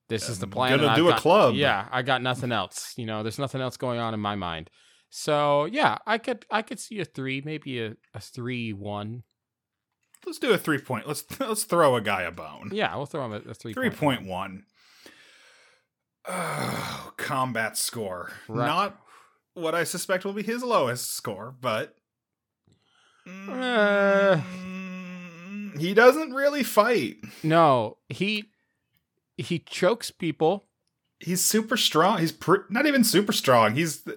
Speaker 2: this is the plan.
Speaker 1: I'm gonna do
Speaker 2: got,
Speaker 1: a club.
Speaker 2: Yeah, I got nothing else. You know, there's nothing else going on in my mind. So yeah, I could I could see a three, maybe a, a three one.
Speaker 1: Let's do a three point. Let's let's throw a guy a bone.
Speaker 2: Yeah, we'll throw him a, a three.
Speaker 1: Three point one. Oh, combat score. Right. Not what I suspect will be his lowest score, but
Speaker 2: Eh.
Speaker 1: uh, mm, he doesn't really fight.
Speaker 2: No, he he chokes people.
Speaker 1: He's super strong. He's pr- not even super strong. He's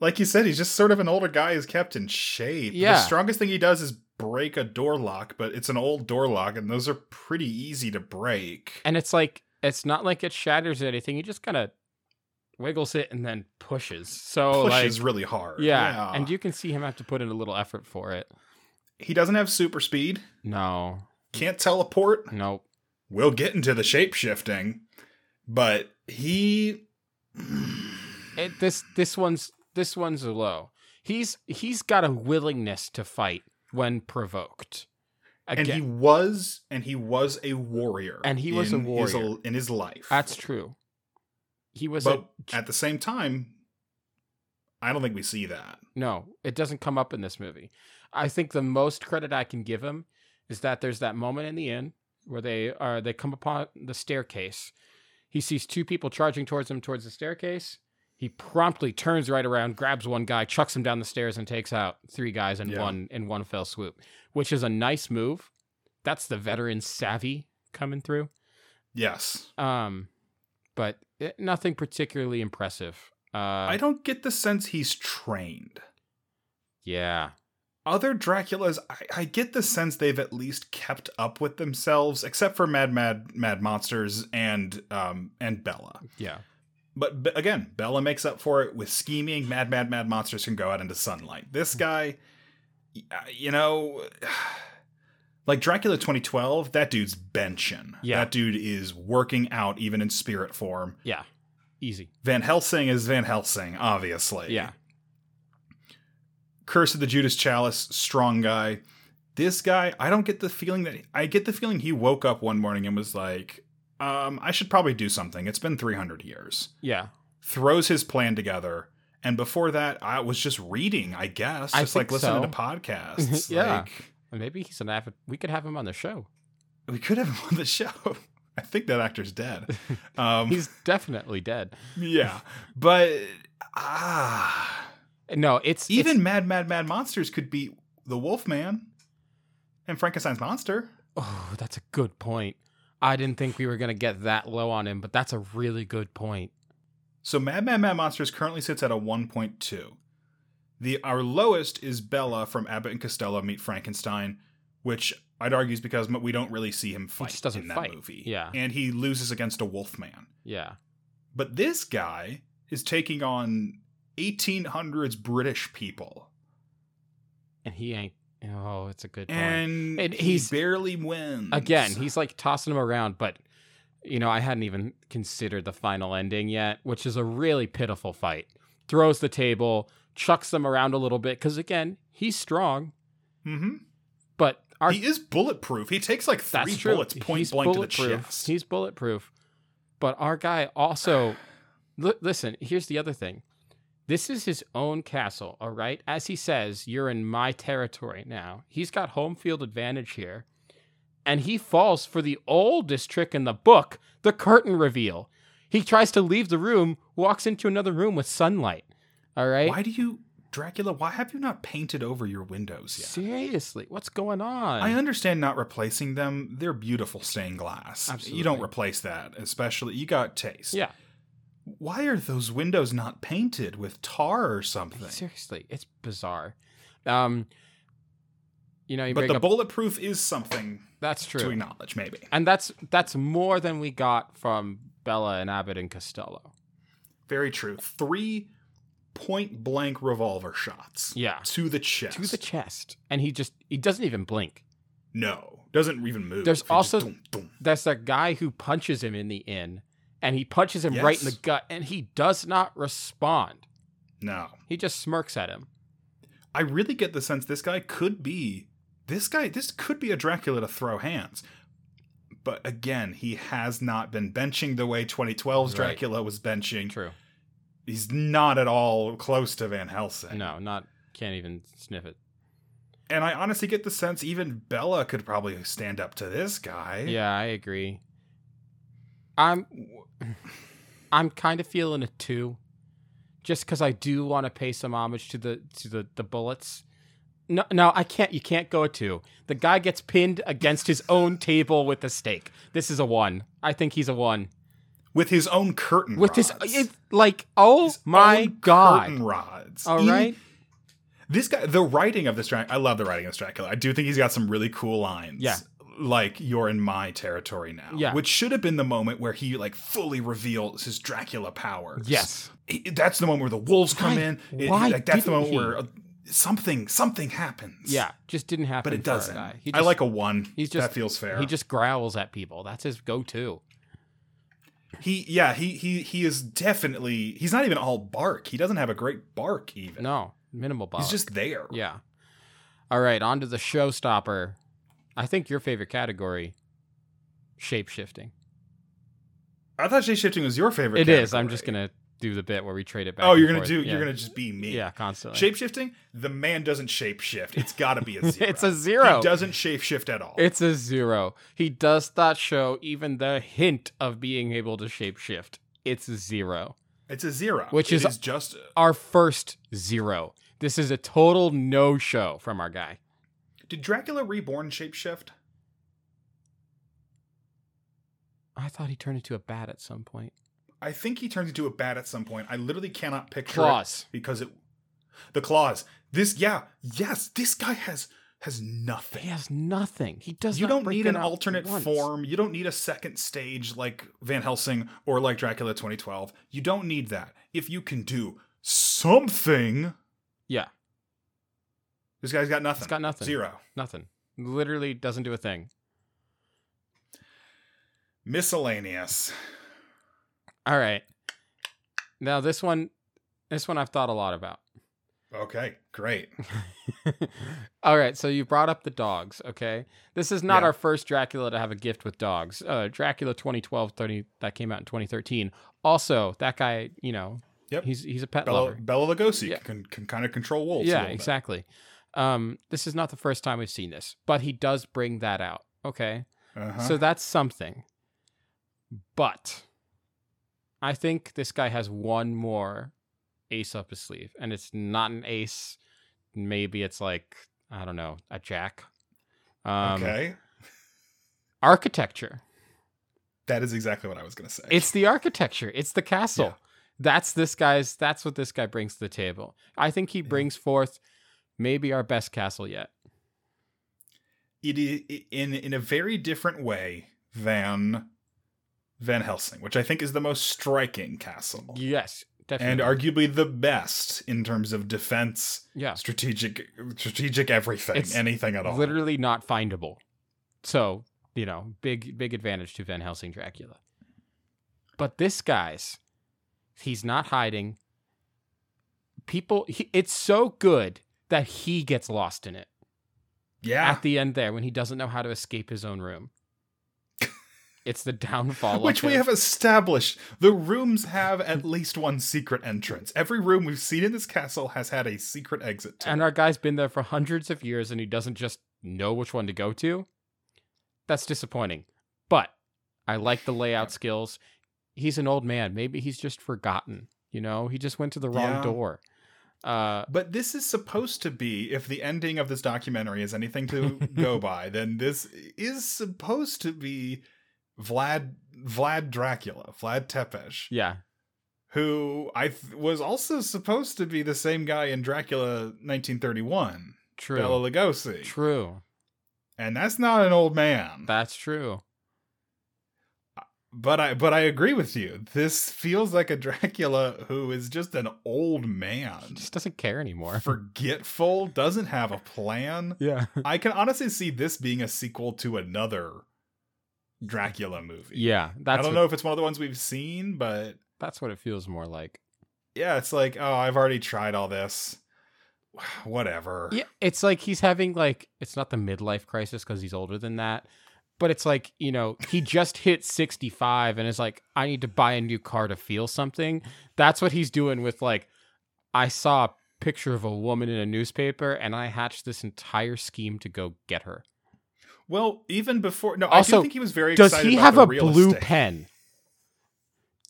Speaker 1: like you said, he's just sort of an older guy who's kept in shape.
Speaker 2: Yeah.
Speaker 1: The strongest thing he does is break a door lock, but it's an old door lock, and those are pretty easy to break.
Speaker 2: And it's like it's not like it shatters anything. He just kind of wiggles it and then pushes. So
Speaker 1: pushes
Speaker 2: Oh, like,
Speaker 1: really hard.
Speaker 2: Yeah. yeah, and you can see him have to put in a little effort for it.
Speaker 1: He doesn't have super speed.
Speaker 2: No.
Speaker 1: Can't teleport.
Speaker 2: Nope.
Speaker 1: We'll get into the shape shifting, but he.
Speaker 2: It, this this one's this one's low. He's he's got a willingness to fight when provoked.
Speaker 1: and he was and he was a warrior
Speaker 2: And he was a
Speaker 1: in his
Speaker 2: warrior.
Speaker 1: l- in his life
Speaker 2: That's true. He was
Speaker 1: but
Speaker 2: a
Speaker 1: at the same time i don't think we see that
Speaker 2: no. It doesn't come up in this movie. I think the most credit I can give him is that there's that moment in the inn where they are they come upon the staircase. He sees two people charging towards him towards the staircase. He promptly turns right around, grabs one guy, chucks him down the stairs, and takes out three guys in
Speaker 1: Yeah.
Speaker 2: one in one fell swoop, which is a nice move. That's the veteran savvy coming through.
Speaker 1: yes
Speaker 2: Um, but it, nothing particularly impressive. Uh,
Speaker 1: i don't get the sense he's trained
Speaker 2: yeah,
Speaker 1: other Draculas, I, I get the sense they've at least kept up with themselves, except for Mad Mad Mad Monsters and um and Bella.
Speaker 2: yeah,
Speaker 1: But b- again, Bella makes up for it with scheming. Mad Mad Mad Monsters can go out into sunlight. This guy, y- uh, you know, like Dracula 2012, that dude's benching.
Speaker 2: Yeah.
Speaker 1: that dude is working out even in spirit form.
Speaker 2: yeah, easy.
Speaker 1: Van Helsing is Van Helsing, obviously.
Speaker 2: Yeah,
Speaker 1: Curse of the Judas Chalice, strong guy. This guy, I don't get the feeling that I get the feeling he woke up one morning and was like, um, I should probably do something. It's been 300 years.
Speaker 2: yeah.
Speaker 1: Throws his plan together. And before that, I was just reading, I guess,
Speaker 2: I
Speaker 1: just like
Speaker 2: think
Speaker 1: listening to
Speaker 2: so.
Speaker 1: podcasts.
Speaker 2: Yeah.
Speaker 1: Like,
Speaker 2: And maybe he's an avid. We could have him on the show.
Speaker 1: we could have him on the show. I think that actor's dead. Um,
Speaker 2: He's definitely dead.
Speaker 1: yeah. But ah,
Speaker 2: No, it's
Speaker 1: even
Speaker 2: it's-
Speaker 1: Mad Mad Mad Monsters could be the Wolfman and Frankenstein's monster.
Speaker 2: oh, that's a good point. I didn't think we were gonna get that low on him, but that's a really good point.
Speaker 1: So Mad Mad Mad Monsters currently sits at a 1.2. The our lowest is Bella from Abbott and Costello Meet Frankenstein, which I'd argue is because we don't really see him fight
Speaker 2: just doesn't
Speaker 1: in that
Speaker 2: fight.
Speaker 1: movie.
Speaker 2: Yeah.
Speaker 1: and he loses against a Wolfman.
Speaker 2: Yeah,
Speaker 1: But this guy is taking on 1800s British people,
Speaker 2: and he ain't. Oh, it's a good point.
Speaker 1: and,
Speaker 2: And
Speaker 1: he
Speaker 2: he's-
Speaker 1: barely wins
Speaker 2: Again, he's like tossing him around, but you know, I hadn't even considered the final ending yet, which is a really pitiful fight. Throws the table, chucks them around a little bit because again, he's strong,
Speaker 1: hmm
Speaker 2: but our
Speaker 1: he is bulletproof. He takes like three
Speaker 2: that's true.
Speaker 1: bullets point
Speaker 2: he's
Speaker 1: blank to the
Speaker 2: bulletproof.
Speaker 1: chest.
Speaker 2: He's bulletproof, but our guy also. li- listen, here's the other thing. This is his own castle, all right? As he says, you're in my territory now. He's got home field advantage here. And he falls for the oldest trick in the book the curtain reveal. He tries to leave the room, walks into another room with sunlight. All right?
Speaker 1: Why do you, Dracula? Why have you not painted over your windows yet?
Speaker 2: Seriously, what's going on?
Speaker 1: I understand not replacing them. They're beautiful stained glass. You don't
Speaker 2: Absolutely.
Speaker 1: replace that, especially you got taste.
Speaker 2: yeah,
Speaker 1: Why are those windows not painted with tar or something?
Speaker 2: seriously, it's bizarre. Um, you know, you
Speaker 1: but
Speaker 2: bring
Speaker 1: the
Speaker 2: up
Speaker 1: bulletproof is something
Speaker 2: that's true.
Speaker 1: to acknowledge, maybe.
Speaker 2: and that's that's more than we got from Bella and Abbott and Costello.
Speaker 1: Very true. Three point blank revolver shots
Speaker 2: Yeah,
Speaker 1: to the chest.
Speaker 2: to the chest, and he just he doesn't even blink.
Speaker 1: no, doesn't even move.
Speaker 2: There's
Speaker 1: It just
Speaker 2: also-
Speaker 1: dum, dum.
Speaker 2: There's that guy who punches him in the inn, and he punches him right in
Speaker 1: Yes.
Speaker 2: the gut, and he does not respond.
Speaker 1: no.
Speaker 2: He just smirks at him.
Speaker 1: I really get the sense this guy could be this guy this could be a Dracula to throw hands. But again, he has not been benching the way 2012's
Speaker 2: Right.
Speaker 1: Dracula was benching.
Speaker 2: True.
Speaker 1: He's not at all close to Van Helsing.
Speaker 2: No, not can't even sniff it.
Speaker 1: And I honestly get the sense even Bella could probably stand up to this guy.
Speaker 2: Yeah, I agree. I'm I'm kind of feeling a two, just because I do want to pay some homage to the to the the bullets. No, no, I can't. You can't go a two. The guy gets pinned against his own table with a stake. This is a one. I think he's a one
Speaker 1: With his own curtain
Speaker 2: with
Speaker 1: rods.
Speaker 2: this. It, like, oh my
Speaker 1: Own
Speaker 2: god!
Speaker 1: Curtain rods.
Speaker 2: All
Speaker 1: Even-
Speaker 2: right,
Speaker 1: This guy, the writing of this Dracula, I love the writing of this Dracula. I do think he's got some really cool lines.
Speaker 2: Yeah.
Speaker 1: Like, you're in my territory now.
Speaker 2: Yeah.
Speaker 1: Which should have been the moment where he, like, fully reveals his Dracula powers.
Speaker 2: yes,
Speaker 1: He- that's the moment where the wolves come
Speaker 2: Why-
Speaker 1: in. It-
Speaker 2: why
Speaker 1: like, that's the
Speaker 2: didn't
Speaker 1: moment
Speaker 2: he?
Speaker 1: where uh, something, something happens.
Speaker 2: yeah. Just didn't happen,
Speaker 1: But it
Speaker 2: for our
Speaker 1: doesn't.
Speaker 2: guy. He
Speaker 1: I
Speaker 2: just-
Speaker 1: like a one.
Speaker 2: he's just-
Speaker 1: that feels fair.
Speaker 2: He just growls at people. That's his go-to.
Speaker 1: he, yeah, he, he, he is definitely, he's not even all bark. He doesn't have a great bark, even.
Speaker 2: No minimal.
Speaker 1: He's
Speaker 2: bollock.
Speaker 1: just there.
Speaker 2: Yeah. All right, on to the showstopper. I think your favorite category, shape shifting.
Speaker 1: I thought shape shifting was your favorite.
Speaker 2: It is. I'm
Speaker 1: category.
Speaker 2: just gonna do the bit where we trade it back.
Speaker 1: Oh,
Speaker 2: and
Speaker 1: you're gonna
Speaker 2: forth.
Speaker 1: do.
Speaker 2: Yeah.
Speaker 1: You're gonna just be me.
Speaker 2: yeah constantly.
Speaker 1: Shape shifting. The man doesn't shape shift. It's got to be a zero.
Speaker 2: It's a zero.
Speaker 1: He doesn't shape shift at all.
Speaker 2: It's a zero. He does not show even the hint of being able to shapeshift. It's a zero.
Speaker 1: it's a zero.
Speaker 2: Which
Speaker 1: It
Speaker 2: is-
Speaker 1: just.
Speaker 2: Our first zero. This is a total no show from our guy.
Speaker 1: Did Dracula Reborn shape shift?
Speaker 2: I thought he turned into a bat at some point.
Speaker 1: I think he turns into a bat at some point. I literally cannot picture it
Speaker 2: Claws.
Speaker 1: because it. The claws. This yeah yes. This guy has has nothing.
Speaker 2: He has nothing. He does.
Speaker 1: you
Speaker 2: not
Speaker 1: don't
Speaker 2: break
Speaker 1: need
Speaker 2: it
Speaker 1: an
Speaker 2: out
Speaker 1: alternate
Speaker 2: once.
Speaker 1: form. You don't need a second stage like Van Helsing or like Dracula 2012. You don't need that. If you can do something,
Speaker 2: Yeah,
Speaker 1: this guy's got nothing.
Speaker 2: it's got nothing.
Speaker 1: Zero.
Speaker 2: Nothing. Literally doesn't do a thing.
Speaker 1: Miscellaneous.
Speaker 2: All right. Now this one, this one I've thought a lot about.
Speaker 1: Okay, great.
Speaker 2: All right, so you brought up the dogs, okay? This is not
Speaker 1: Yeah.
Speaker 2: our first Dracula to have a gift with dogs. Uh, Dracula 2012 30, that came out in 2013. Also, that guy, you know,
Speaker 1: Yep.
Speaker 2: he's he's a pet
Speaker 1: Bella,
Speaker 2: lover.
Speaker 1: Bella Lugosi
Speaker 2: Yeah.
Speaker 1: can, can kind of control wolves. a
Speaker 2: Yeah,
Speaker 1: little bit.
Speaker 2: exactly. Um, this is not the first time we've seen this, but he does bring that out, okay?
Speaker 1: Uh-huh.
Speaker 2: So that's something. But I think this guy has one more ace up his sleeve, and it's not an ace. Maybe it's like, I don't know, a jack. Um,
Speaker 1: okay,
Speaker 2: Architecture.
Speaker 1: that is exactly what I was going to say.
Speaker 2: It's the architecture, it's the castle.
Speaker 1: Yeah.
Speaker 2: That's this guy's, that's what this guy brings to the table. I think he
Speaker 1: Yeah.
Speaker 2: brings forth maybe our best castle yet.
Speaker 1: it is in in a very different way than Van Helsing, which I think is the most striking castle.
Speaker 2: Yes, definitely.
Speaker 1: and arguably the best in terms of defense,
Speaker 2: yeah.
Speaker 1: strategic, strategic everything,
Speaker 2: It's
Speaker 1: anything at all.
Speaker 2: literally not findable. So, you know, big big advantage to Van Helsing Dracula. But this guy's he's not hiding. People he, it's so good that he gets lost in it
Speaker 1: yeah,
Speaker 2: at the end there when he doesn't know how to escape his own room. it's the downfall
Speaker 1: which
Speaker 2: of
Speaker 1: we
Speaker 2: him.
Speaker 1: have established. The rooms have at least one secret entrance. Every room we've seen in this castle has had a secret exit. To
Speaker 2: and
Speaker 1: it.
Speaker 2: our guy's been there for hundreds of years and he doesn't just know which one to go to that's disappointing but i like the layout skills he's an old man maybe he's just forgotten you know he just went to the wrong
Speaker 1: Yeah.
Speaker 2: door uh
Speaker 1: but this is supposed to be, if the ending of this documentary is anything to go by, then this is supposed to be Vlad Vlad Dracula, Vlad Tepes.
Speaker 2: yeah
Speaker 1: who I th- was also supposed to be the same guy in Dracula 1931,
Speaker 2: true
Speaker 1: Bela Lugosi,
Speaker 2: true
Speaker 1: and that's not an old man.
Speaker 2: that's true
Speaker 1: but I but I agree with you. This feels like a Dracula who is just an old
Speaker 2: he
Speaker 1: man,
Speaker 2: just doesn't care anymore
Speaker 1: forgetful, doesn't have a plan.
Speaker 2: yeah
Speaker 1: I can honestly see this being a sequel to another Dracula movie.
Speaker 2: yeah that's
Speaker 1: I don't
Speaker 2: what,
Speaker 1: know if it's one of the ones we've seen, but
Speaker 2: that's what it feels more like
Speaker 1: yeah, it's like, oh, I've already tried all this. Whatever.
Speaker 2: Yeah, it's like he's having like it's not the midlife crisis because he's older than that, but it's like you know he just hit sixty five and is like I need to buy a new car to feel something. That's what he's doing with like I saw a picture of a woman in a newspaper and I hatched this entire scheme to go get her.
Speaker 1: Well, even before no, I
Speaker 2: Also,
Speaker 1: do think he was very
Speaker 2: Does
Speaker 1: excited
Speaker 2: he
Speaker 1: about
Speaker 2: have
Speaker 1: the
Speaker 2: a
Speaker 1: real
Speaker 2: blue
Speaker 1: estate.
Speaker 2: pen?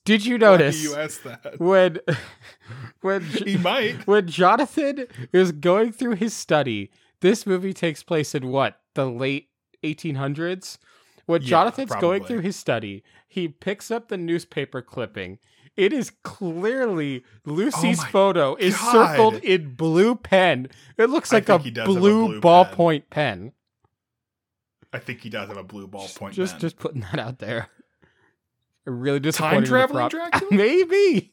Speaker 2: Did you
Speaker 1: Why do
Speaker 2: notice
Speaker 1: You asked that.
Speaker 2: when when
Speaker 1: He might.
Speaker 2: when Jonathan is going through his study, this movie takes place in what the late 1800s. When
Speaker 1: Yeah,
Speaker 2: Jonathan's going
Speaker 1: probably.
Speaker 2: through his study, he picks up the newspaper clipping. It is clearly Lucy's
Speaker 1: Oh my
Speaker 2: photo is
Speaker 1: God.
Speaker 2: circled in blue pen. It looks
Speaker 1: I
Speaker 2: like a
Speaker 1: think he does have a blue pen.
Speaker 2: blue, ballpoint pen.
Speaker 1: I think he does have a blue ball point.
Speaker 2: Just
Speaker 1: pen.
Speaker 2: just putting that out there. I'm really disappointed. in the
Speaker 1: traveling
Speaker 2: prop-
Speaker 1: Dracula?
Speaker 2: Maybe.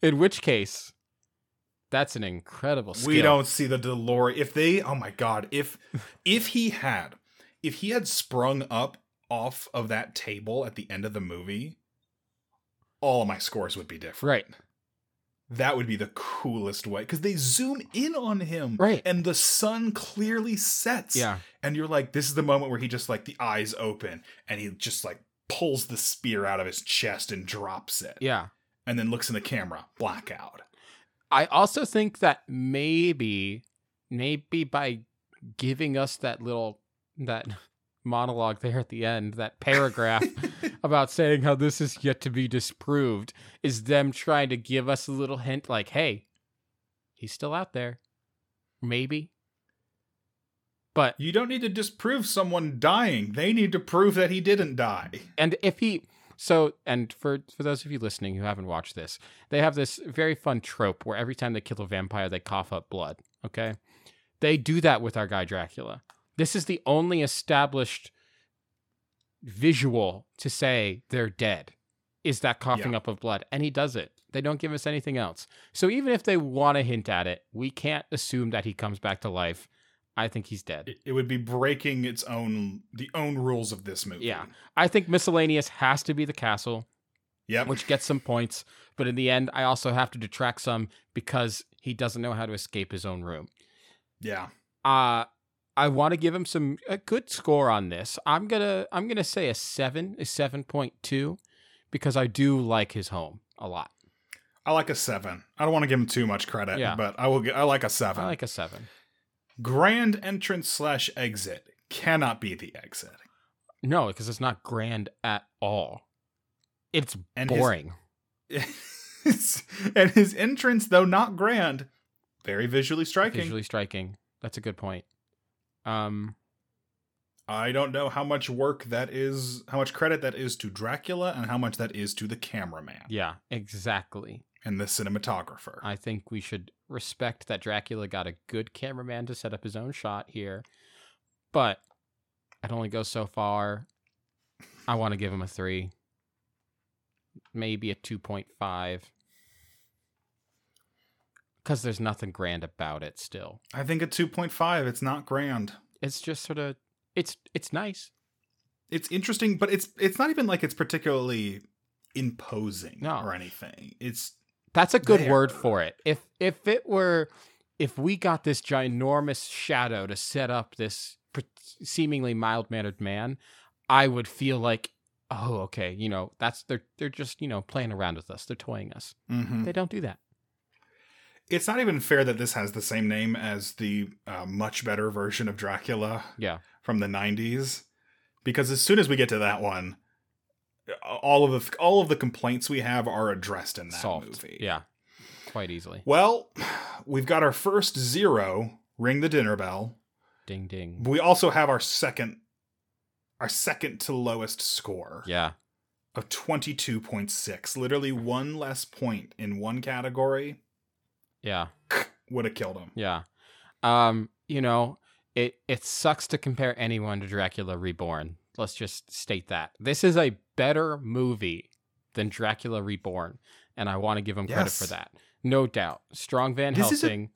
Speaker 2: in which case, that's an incredible skill.
Speaker 1: we don't see the Delore. If they, oh my god, if if he had, if he had sprung up off of that table at the end of the movie, all of my scores would be different.
Speaker 2: Right.
Speaker 1: That would be the coolest way because they zoom in on him,
Speaker 2: Right.
Speaker 1: And the sun clearly sets,
Speaker 2: Yeah.
Speaker 1: And you're like, this is the moment where he just like the eyes open and he just like pulls the spear out of his chest and drops it,
Speaker 2: Yeah.
Speaker 1: and then looks in the camera, blackout.
Speaker 2: I also think that maybe, maybe by giving us that little that monologue there at the end, that paragraph about saying how this is yet to be disproved, is them trying to give us a little hint, like, "Hey, he's still out there, maybe." But
Speaker 1: You don't need to disprove someone dying; they need to prove that he didn't die.
Speaker 2: and if he so and for for those of you listening who haven't watched this they have this very fun trope where every time they kill a vampire they cough up blood okay they do that with our guy dracula this is the only established visual to say they're dead is that coughing
Speaker 1: Yeah.
Speaker 2: up of blood and he does it they don't give us anything else so even if they want to hint at it we can't assume that he comes back to life i think he's dead
Speaker 1: It, it would be breaking its own the own rules of this movie.
Speaker 2: Yeah. i think miscellaneous has to be the castle
Speaker 1: Yep.
Speaker 2: which gets some points. But in the end, I also have to detract some because he doesn't know how to escape his own room.
Speaker 1: yeah.
Speaker 2: Uh I want to give him some a good score on this. I'm gonna I'm gonna say a seven, a seven point two, because I do like his home a lot.
Speaker 1: I like a seven. I don't want to give him too much credit,
Speaker 2: Yeah.
Speaker 1: but I will. Get, I like a seven.
Speaker 2: I like a seven.
Speaker 1: Grand entrance slash exit cannot be the exit.
Speaker 2: No, because it's not grand at all. It's
Speaker 1: And his-
Speaker 2: boring.
Speaker 1: His, and his entrance, though not grand, very visually striking.
Speaker 2: Visually striking. That's a good point. Um
Speaker 1: I don't know how much work that is, how much credit that is to Dracula, and how much that is to the cameraman
Speaker 2: yeah, exactly.
Speaker 1: and the cinematographer.
Speaker 2: I think we should respect that Dracula got a good cameraman to set up his own shot here, but I'd only go so far. I want to give him a three, maybe a 2.5, because there's nothing grand about it still.
Speaker 1: I think at 2.5, it's not grand.
Speaker 2: It's just sort of. It's it's nice.
Speaker 1: It's interesting, but it's it's not even like it's particularly imposing
Speaker 2: No.
Speaker 1: or anything. It's
Speaker 2: That's a good
Speaker 1: There.
Speaker 2: word for it. If if it were if we got this ginormous shadow to set up this pre- seemingly mild-mannered man, I would feel like oh okay, you know, that's they're they're just, you know, playing around with us. They're toying us.
Speaker 1: mhm.
Speaker 2: They don't do that.
Speaker 1: It's not even fair that this has the same name as the uh, much better version of Dracula
Speaker 2: Yeah.
Speaker 1: from the 90s because as soon as we get to that one all of the all of the complaints we have are addressed in that
Speaker 2: Solved.
Speaker 1: movie.
Speaker 2: Yeah. Quite easily.
Speaker 1: Well, we've got our first zero, ring the dinner bell.
Speaker 2: Ding ding.
Speaker 1: We also have our second our second to lowest score
Speaker 2: Yeah.
Speaker 1: of 22.6. Literally one less point in one category
Speaker 2: Yeah.
Speaker 1: would have killed him.
Speaker 2: Yeah. Um, you know, it it sucks to compare anyone to Dracula Reborn. Let's just state that. This is a better movie than Dracula Reborn, and I want to give him credit for
Speaker 1: Yes.
Speaker 2: that. No doubt. Strong Van
Speaker 1: This is a
Speaker 2: Helsing.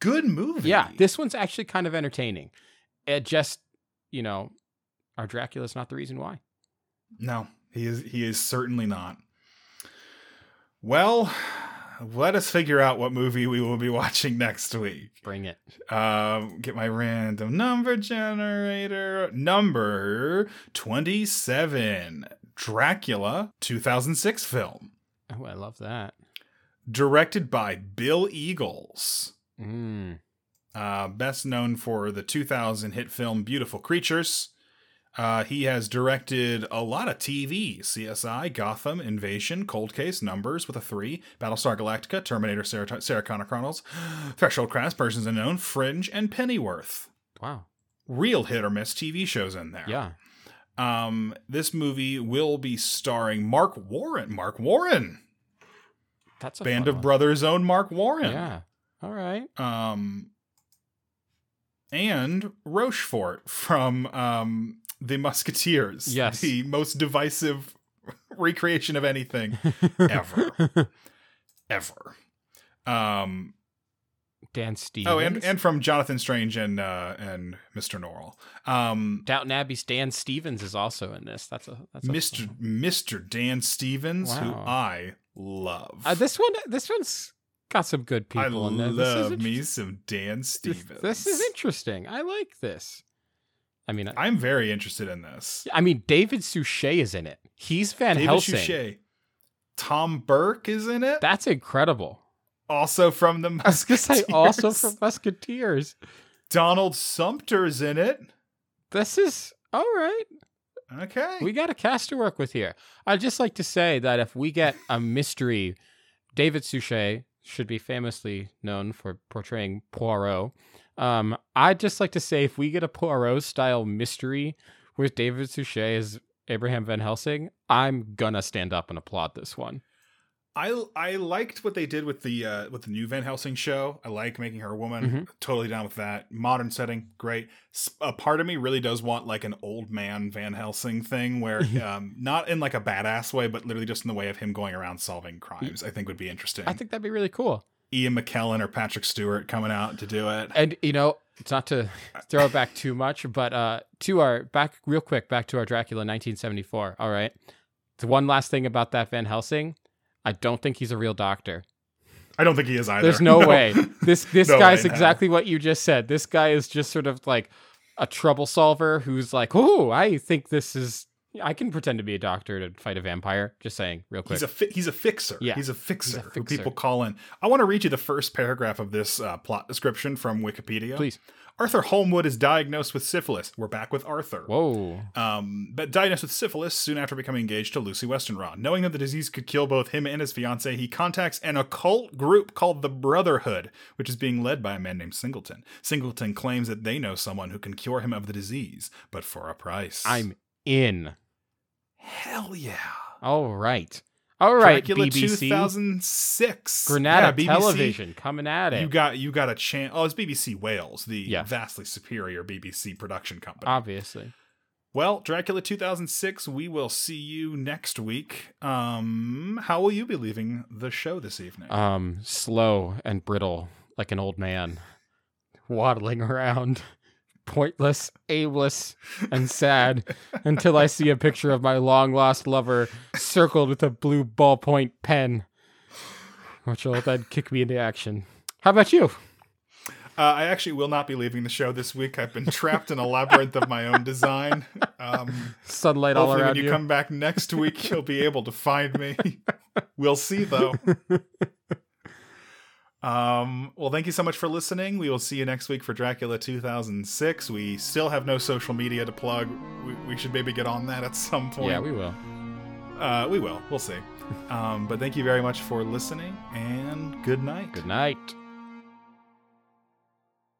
Speaker 1: Good movie.
Speaker 2: yeah, this one's actually kind of entertaining. It just, you know, our Dracula's not the reason why.
Speaker 1: No, he is he is certainly not. Well, let us figure out what movie we will be watching next week.
Speaker 2: Bring it.
Speaker 1: Um, get my random number generator. Number 27, Dracula 2006 film,
Speaker 2: Oh, I love that.
Speaker 1: directed by Bill Eagles.
Speaker 2: Mm.
Speaker 1: uh, best known for the 2000 hit film Beautiful Creatures. Uh, he has directed a lot of TV CSI, Gotham, Invasion, Cold Case, Numbers with a 3, Battlestar Galactica, Terminator, Sarah, Sarah Connor Chronicles, Threshold Crash, Persons Unknown, Fringe, and Pennyworth.
Speaker 2: Wow.
Speaker 1: Real hit or miss TV shows in there.
Speaker 2: Yeah.
Speaker 1: Um, this movie will be starring Mark Warren. Mark Warren!
Speaker 2: That's a
Speaker 1: Band
Speaker 2: fun
Speaker 1: of
Speaker 2: one.
Speaker 1: Brothers' own Mark Warren.
Speaker 2: Yeah. All right.
Speaker 1: um, and Rochefort from um, the Musketeers.
Speaker 2: Yes.
Speaker 1: the most divisive recreation of anything Ever. ever. Um,
Speaker 2: Dan Stevens.
Speaker 1: oh, and and from Jonathan Strange and uh, and Mr. Norrell. Um,
Speaker 2: Downton Abbey Stan Stevens is also in this. That's a that's a-
Speaker 1: Mr. Mr. Dan Stevens, who
Speaker 2: Wow.
Speaker 1: I love.
Speaker 2: Uh, this one, this one's got some good people
Speaker 1: I
Speaker 2: in there. This is
Speaker 1: love me
Speaker 2: interest-
Speaker 1: some Dan
Speaker 2: this-
Speaker 1: Stevens.
Speaker 2: This is interesting. I like this. I mean, I,
Speaker 1: I'm very interested in this.
Speaker 2: I mean, David Suchet is in it. He's Van
Speaker 1: David
Speaker 2: Helsing.
Speaker 1: Suchet. Tom Burke is in it.
Speaker 2: That's incredible.
Speaker 1: also from the
Speaker 2: I was gonna say also
Speaker 1: Musketeers.
Speaker 2: from Musketeers.
Speaker 1: Donald Sumter's in it.
Speaker 2: This is all right.
Speaker 1: Okay.
Speaker 2: We got a cast to work with here. I'd just like to say that if we get a mystery, David Suchet should be famously known for portraying Poirot. Um, I'd just like to say if we get a Poirot style mystery with David Suchet as Abraham Van Helsing, I'm gonna stand up and applaud this one.
Speaker 1: I I liked what they did with the uh, with the new Van Helsing show. I like making her a woman.
Speaker 2: Mm-hmm.
Speaker 1: Totally down with that. Modern setting, great. S- A part of me really does want like an old man Van Helsing thing, where um, not in like a badass way, but literally just in the way of him going around solving crimes. I think would be interesting.
Speaker 2: I think that'd be really cool.
Speaker 1: Ian McKellen or Patrick Stewart coming out to do it.
Speaker 2: And you know, it's not to throw it back too much, but uh to our back real quick back to our Dracula 1974. All right. The one last thing about that Van Helsing, I don't think he's a real doctor.
Speaker 1: I don't think he is either.
Speaker 2: There's no, way. This this
Speaker 1: No
Speaker 2: guy's
Speaker 1: way, no.
Speaker 2: exactly what you just said. This guy is just sort of like a trouble solver who's like, "Oh, I think this is I can pretend to be a doctor to fight a vampire." Just saying, real quick.
Speaker 1: He's a fi- he's a fixer.
Speaker 2: Yeah.
Speaker 1: he's a fixer. who
Speaker 2: fixer.
Speaker 1: people call in. I want to read you the first paragraph of this uh, plot description from Wikipedia.
Speaker 2: Please.
Speaker 1: Arthur Holmwood is diagnosed with syphilis. We're back with Arthur.
Speaker 2: Whoa.
Speaker 1: Um, but diagnosed with syphilis soon after becoming engaged to Lucy Westenra. Knowing that the disease could kill both him and his fiancee, he contacts an occult group called the Brotherhood, which is being led by a man named Singleton. Singleton claims that they know someone who can cure him of the disease, but for a price.
Speaker 2: I'm in.
Speaker 1: hell yeah.
Speaker 2: All right. All right,
Speaker 1: Dracula
Speaker 2: BBC.
Speaker 1: 2006.
Speaker 2: Granada
Speaker 1: Yeah, BBC,
Speaker 2: Television coming at it.
Speaker 1: You got you got a chance. Oh, it's BBC Wales, the
Speaker 2: Yeah. Um,
Speaker 1: vastly superior BBC production company.
Speaker 2: Obviously.
Speaker 1: Well, Dracula 2006, we will see you next week. Um, how will you be leaving the show this evening?
Speaker 2: Um, slow and brittle, like an old man, waddling around, pointless, aimless, and sad, until I see a picture of my long lost lover circled with a blue ballpoint pen, which will then kick me into action. How about you?
Speaker 1: Uh, I actually will not be leaving the show this week. I've been trapped in a labyrinth of my own design. Um,
Speaker 2: Sunlight all
Speaker 1: hopefully, when
Speaker 2: around
Speaker 1: you,
Speaker 2: you.
Speaker 1: come back next week, you'll be able to find me. we'll see, though. Um, well, thank you so much for listening. We will see you next week for Dracula 2006. We still have no social media to plug. We, we should maybe get on that at some point.
Speaker 2: yeah, we will.
Speaker 1: Uh, we will. We'll see. Um, but thank you very much for listening, and good night.
Speaker 2: Good night.